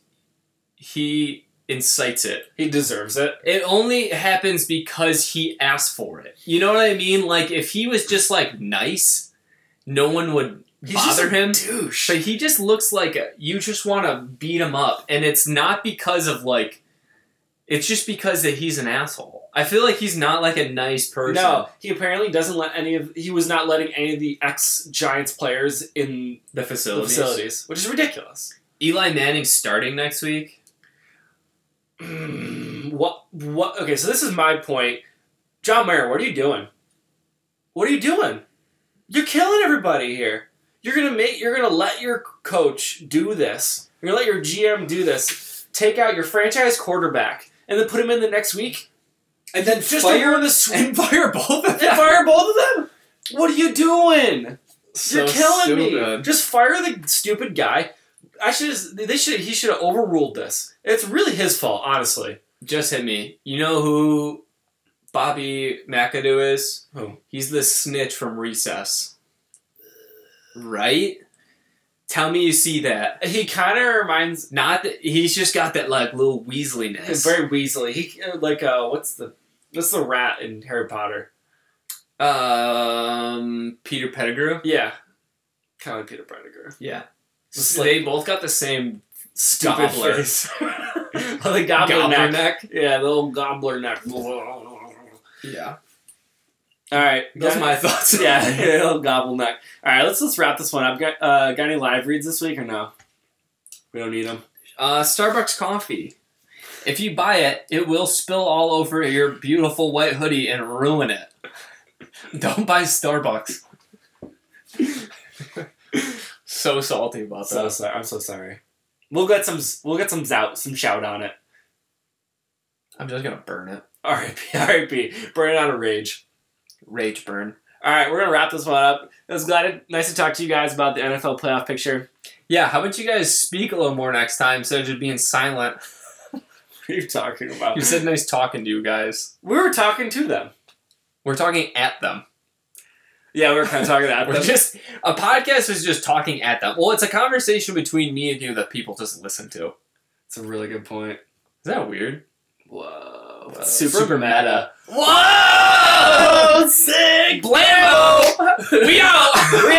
he incites it.
He deserves it.
It only happens because he asked for it. You know what I mean? Like, if he was just like nice, no one would
He's
bother
just a
him.
douche.
But he just looks like a, you just want to beat him up, and it's not because of like It's just because that he's an asshole. I feel like he's not like a nice person.
No, he apparently doesn't let any of. He was not letting any of the ex Giants players in
The
the
facilities.
facilities, which is ridiculous.
Eli Manning's starting next week.
Mm, what? What? Okay, so this is my point. John Mayer, what are you doing? What are you doing? You're killing everybody here. You're gonna make. You're gonna let your coach do this. You're gonna let your GM do this. Take out your franchise quarterback and then put him in the next week
And then
Just
just
to
fire
ruin the sw-
and fire both of
and
them.
fire both of them. What are you doing? You're killing me. Just fire the stupid guy. I should. They should. He should have overruled this. It's really his fault, honestly.
Just hit me. You know who Bobby McAdoo is?
Who?
He's the snitch from Recess. Right? Tell me you see that.
He kind of reminds
Not that he's just got that like little Weasleyness.
very Weasley. He uh, like uh, what's the what's the rat in Harry Potter?
um, Peter Pettigrew.
Yeah, kind of like Peter Pettigrew.
Yeah.
Just
they both got the same
Stupid
Gobbler.
face. oh, the gobbler,
gobbler
neck.
neck.
Yeah, the old gobbler neck. All
Yeah.
right,
Those are my thoughts.
yeah, yeah, little gobble neck. All right, let's let's wrap this one up. Got uh, got any live reads this week or no? We don't need them.
Uh, Starbucks coffee. If you buy it, it will spill all over your beautiful white hoodie and ruin it. Don't buy Starbucks. so salty about
So
that.
sorry. I'm so sorry. We'll get some. We'll get some zout. Some shout on it.
I'm just gonna burn it.
R.I.P. R.I.P. Burn out of rage.
Rage burn.
All right, we're gonna wrap this one up. It was glad, nice to talk to you guys about the NFL playoff picture.
Yeah, how about you guys speak a little more next time instead of just being silent?
What are you talking about?
You said nice talking to you guys.
We were talking to them.
We're talking at them.
Yeah, we were kind of talking about
We're
them.
just a podcast is just talking at them. Well, it's a conversation between me and you that people just listen to. Is
It's a really good point.
that weird?
Whoa,
Uh,
super,
super meta.
Whoa, sick.
Blammo! we out!
We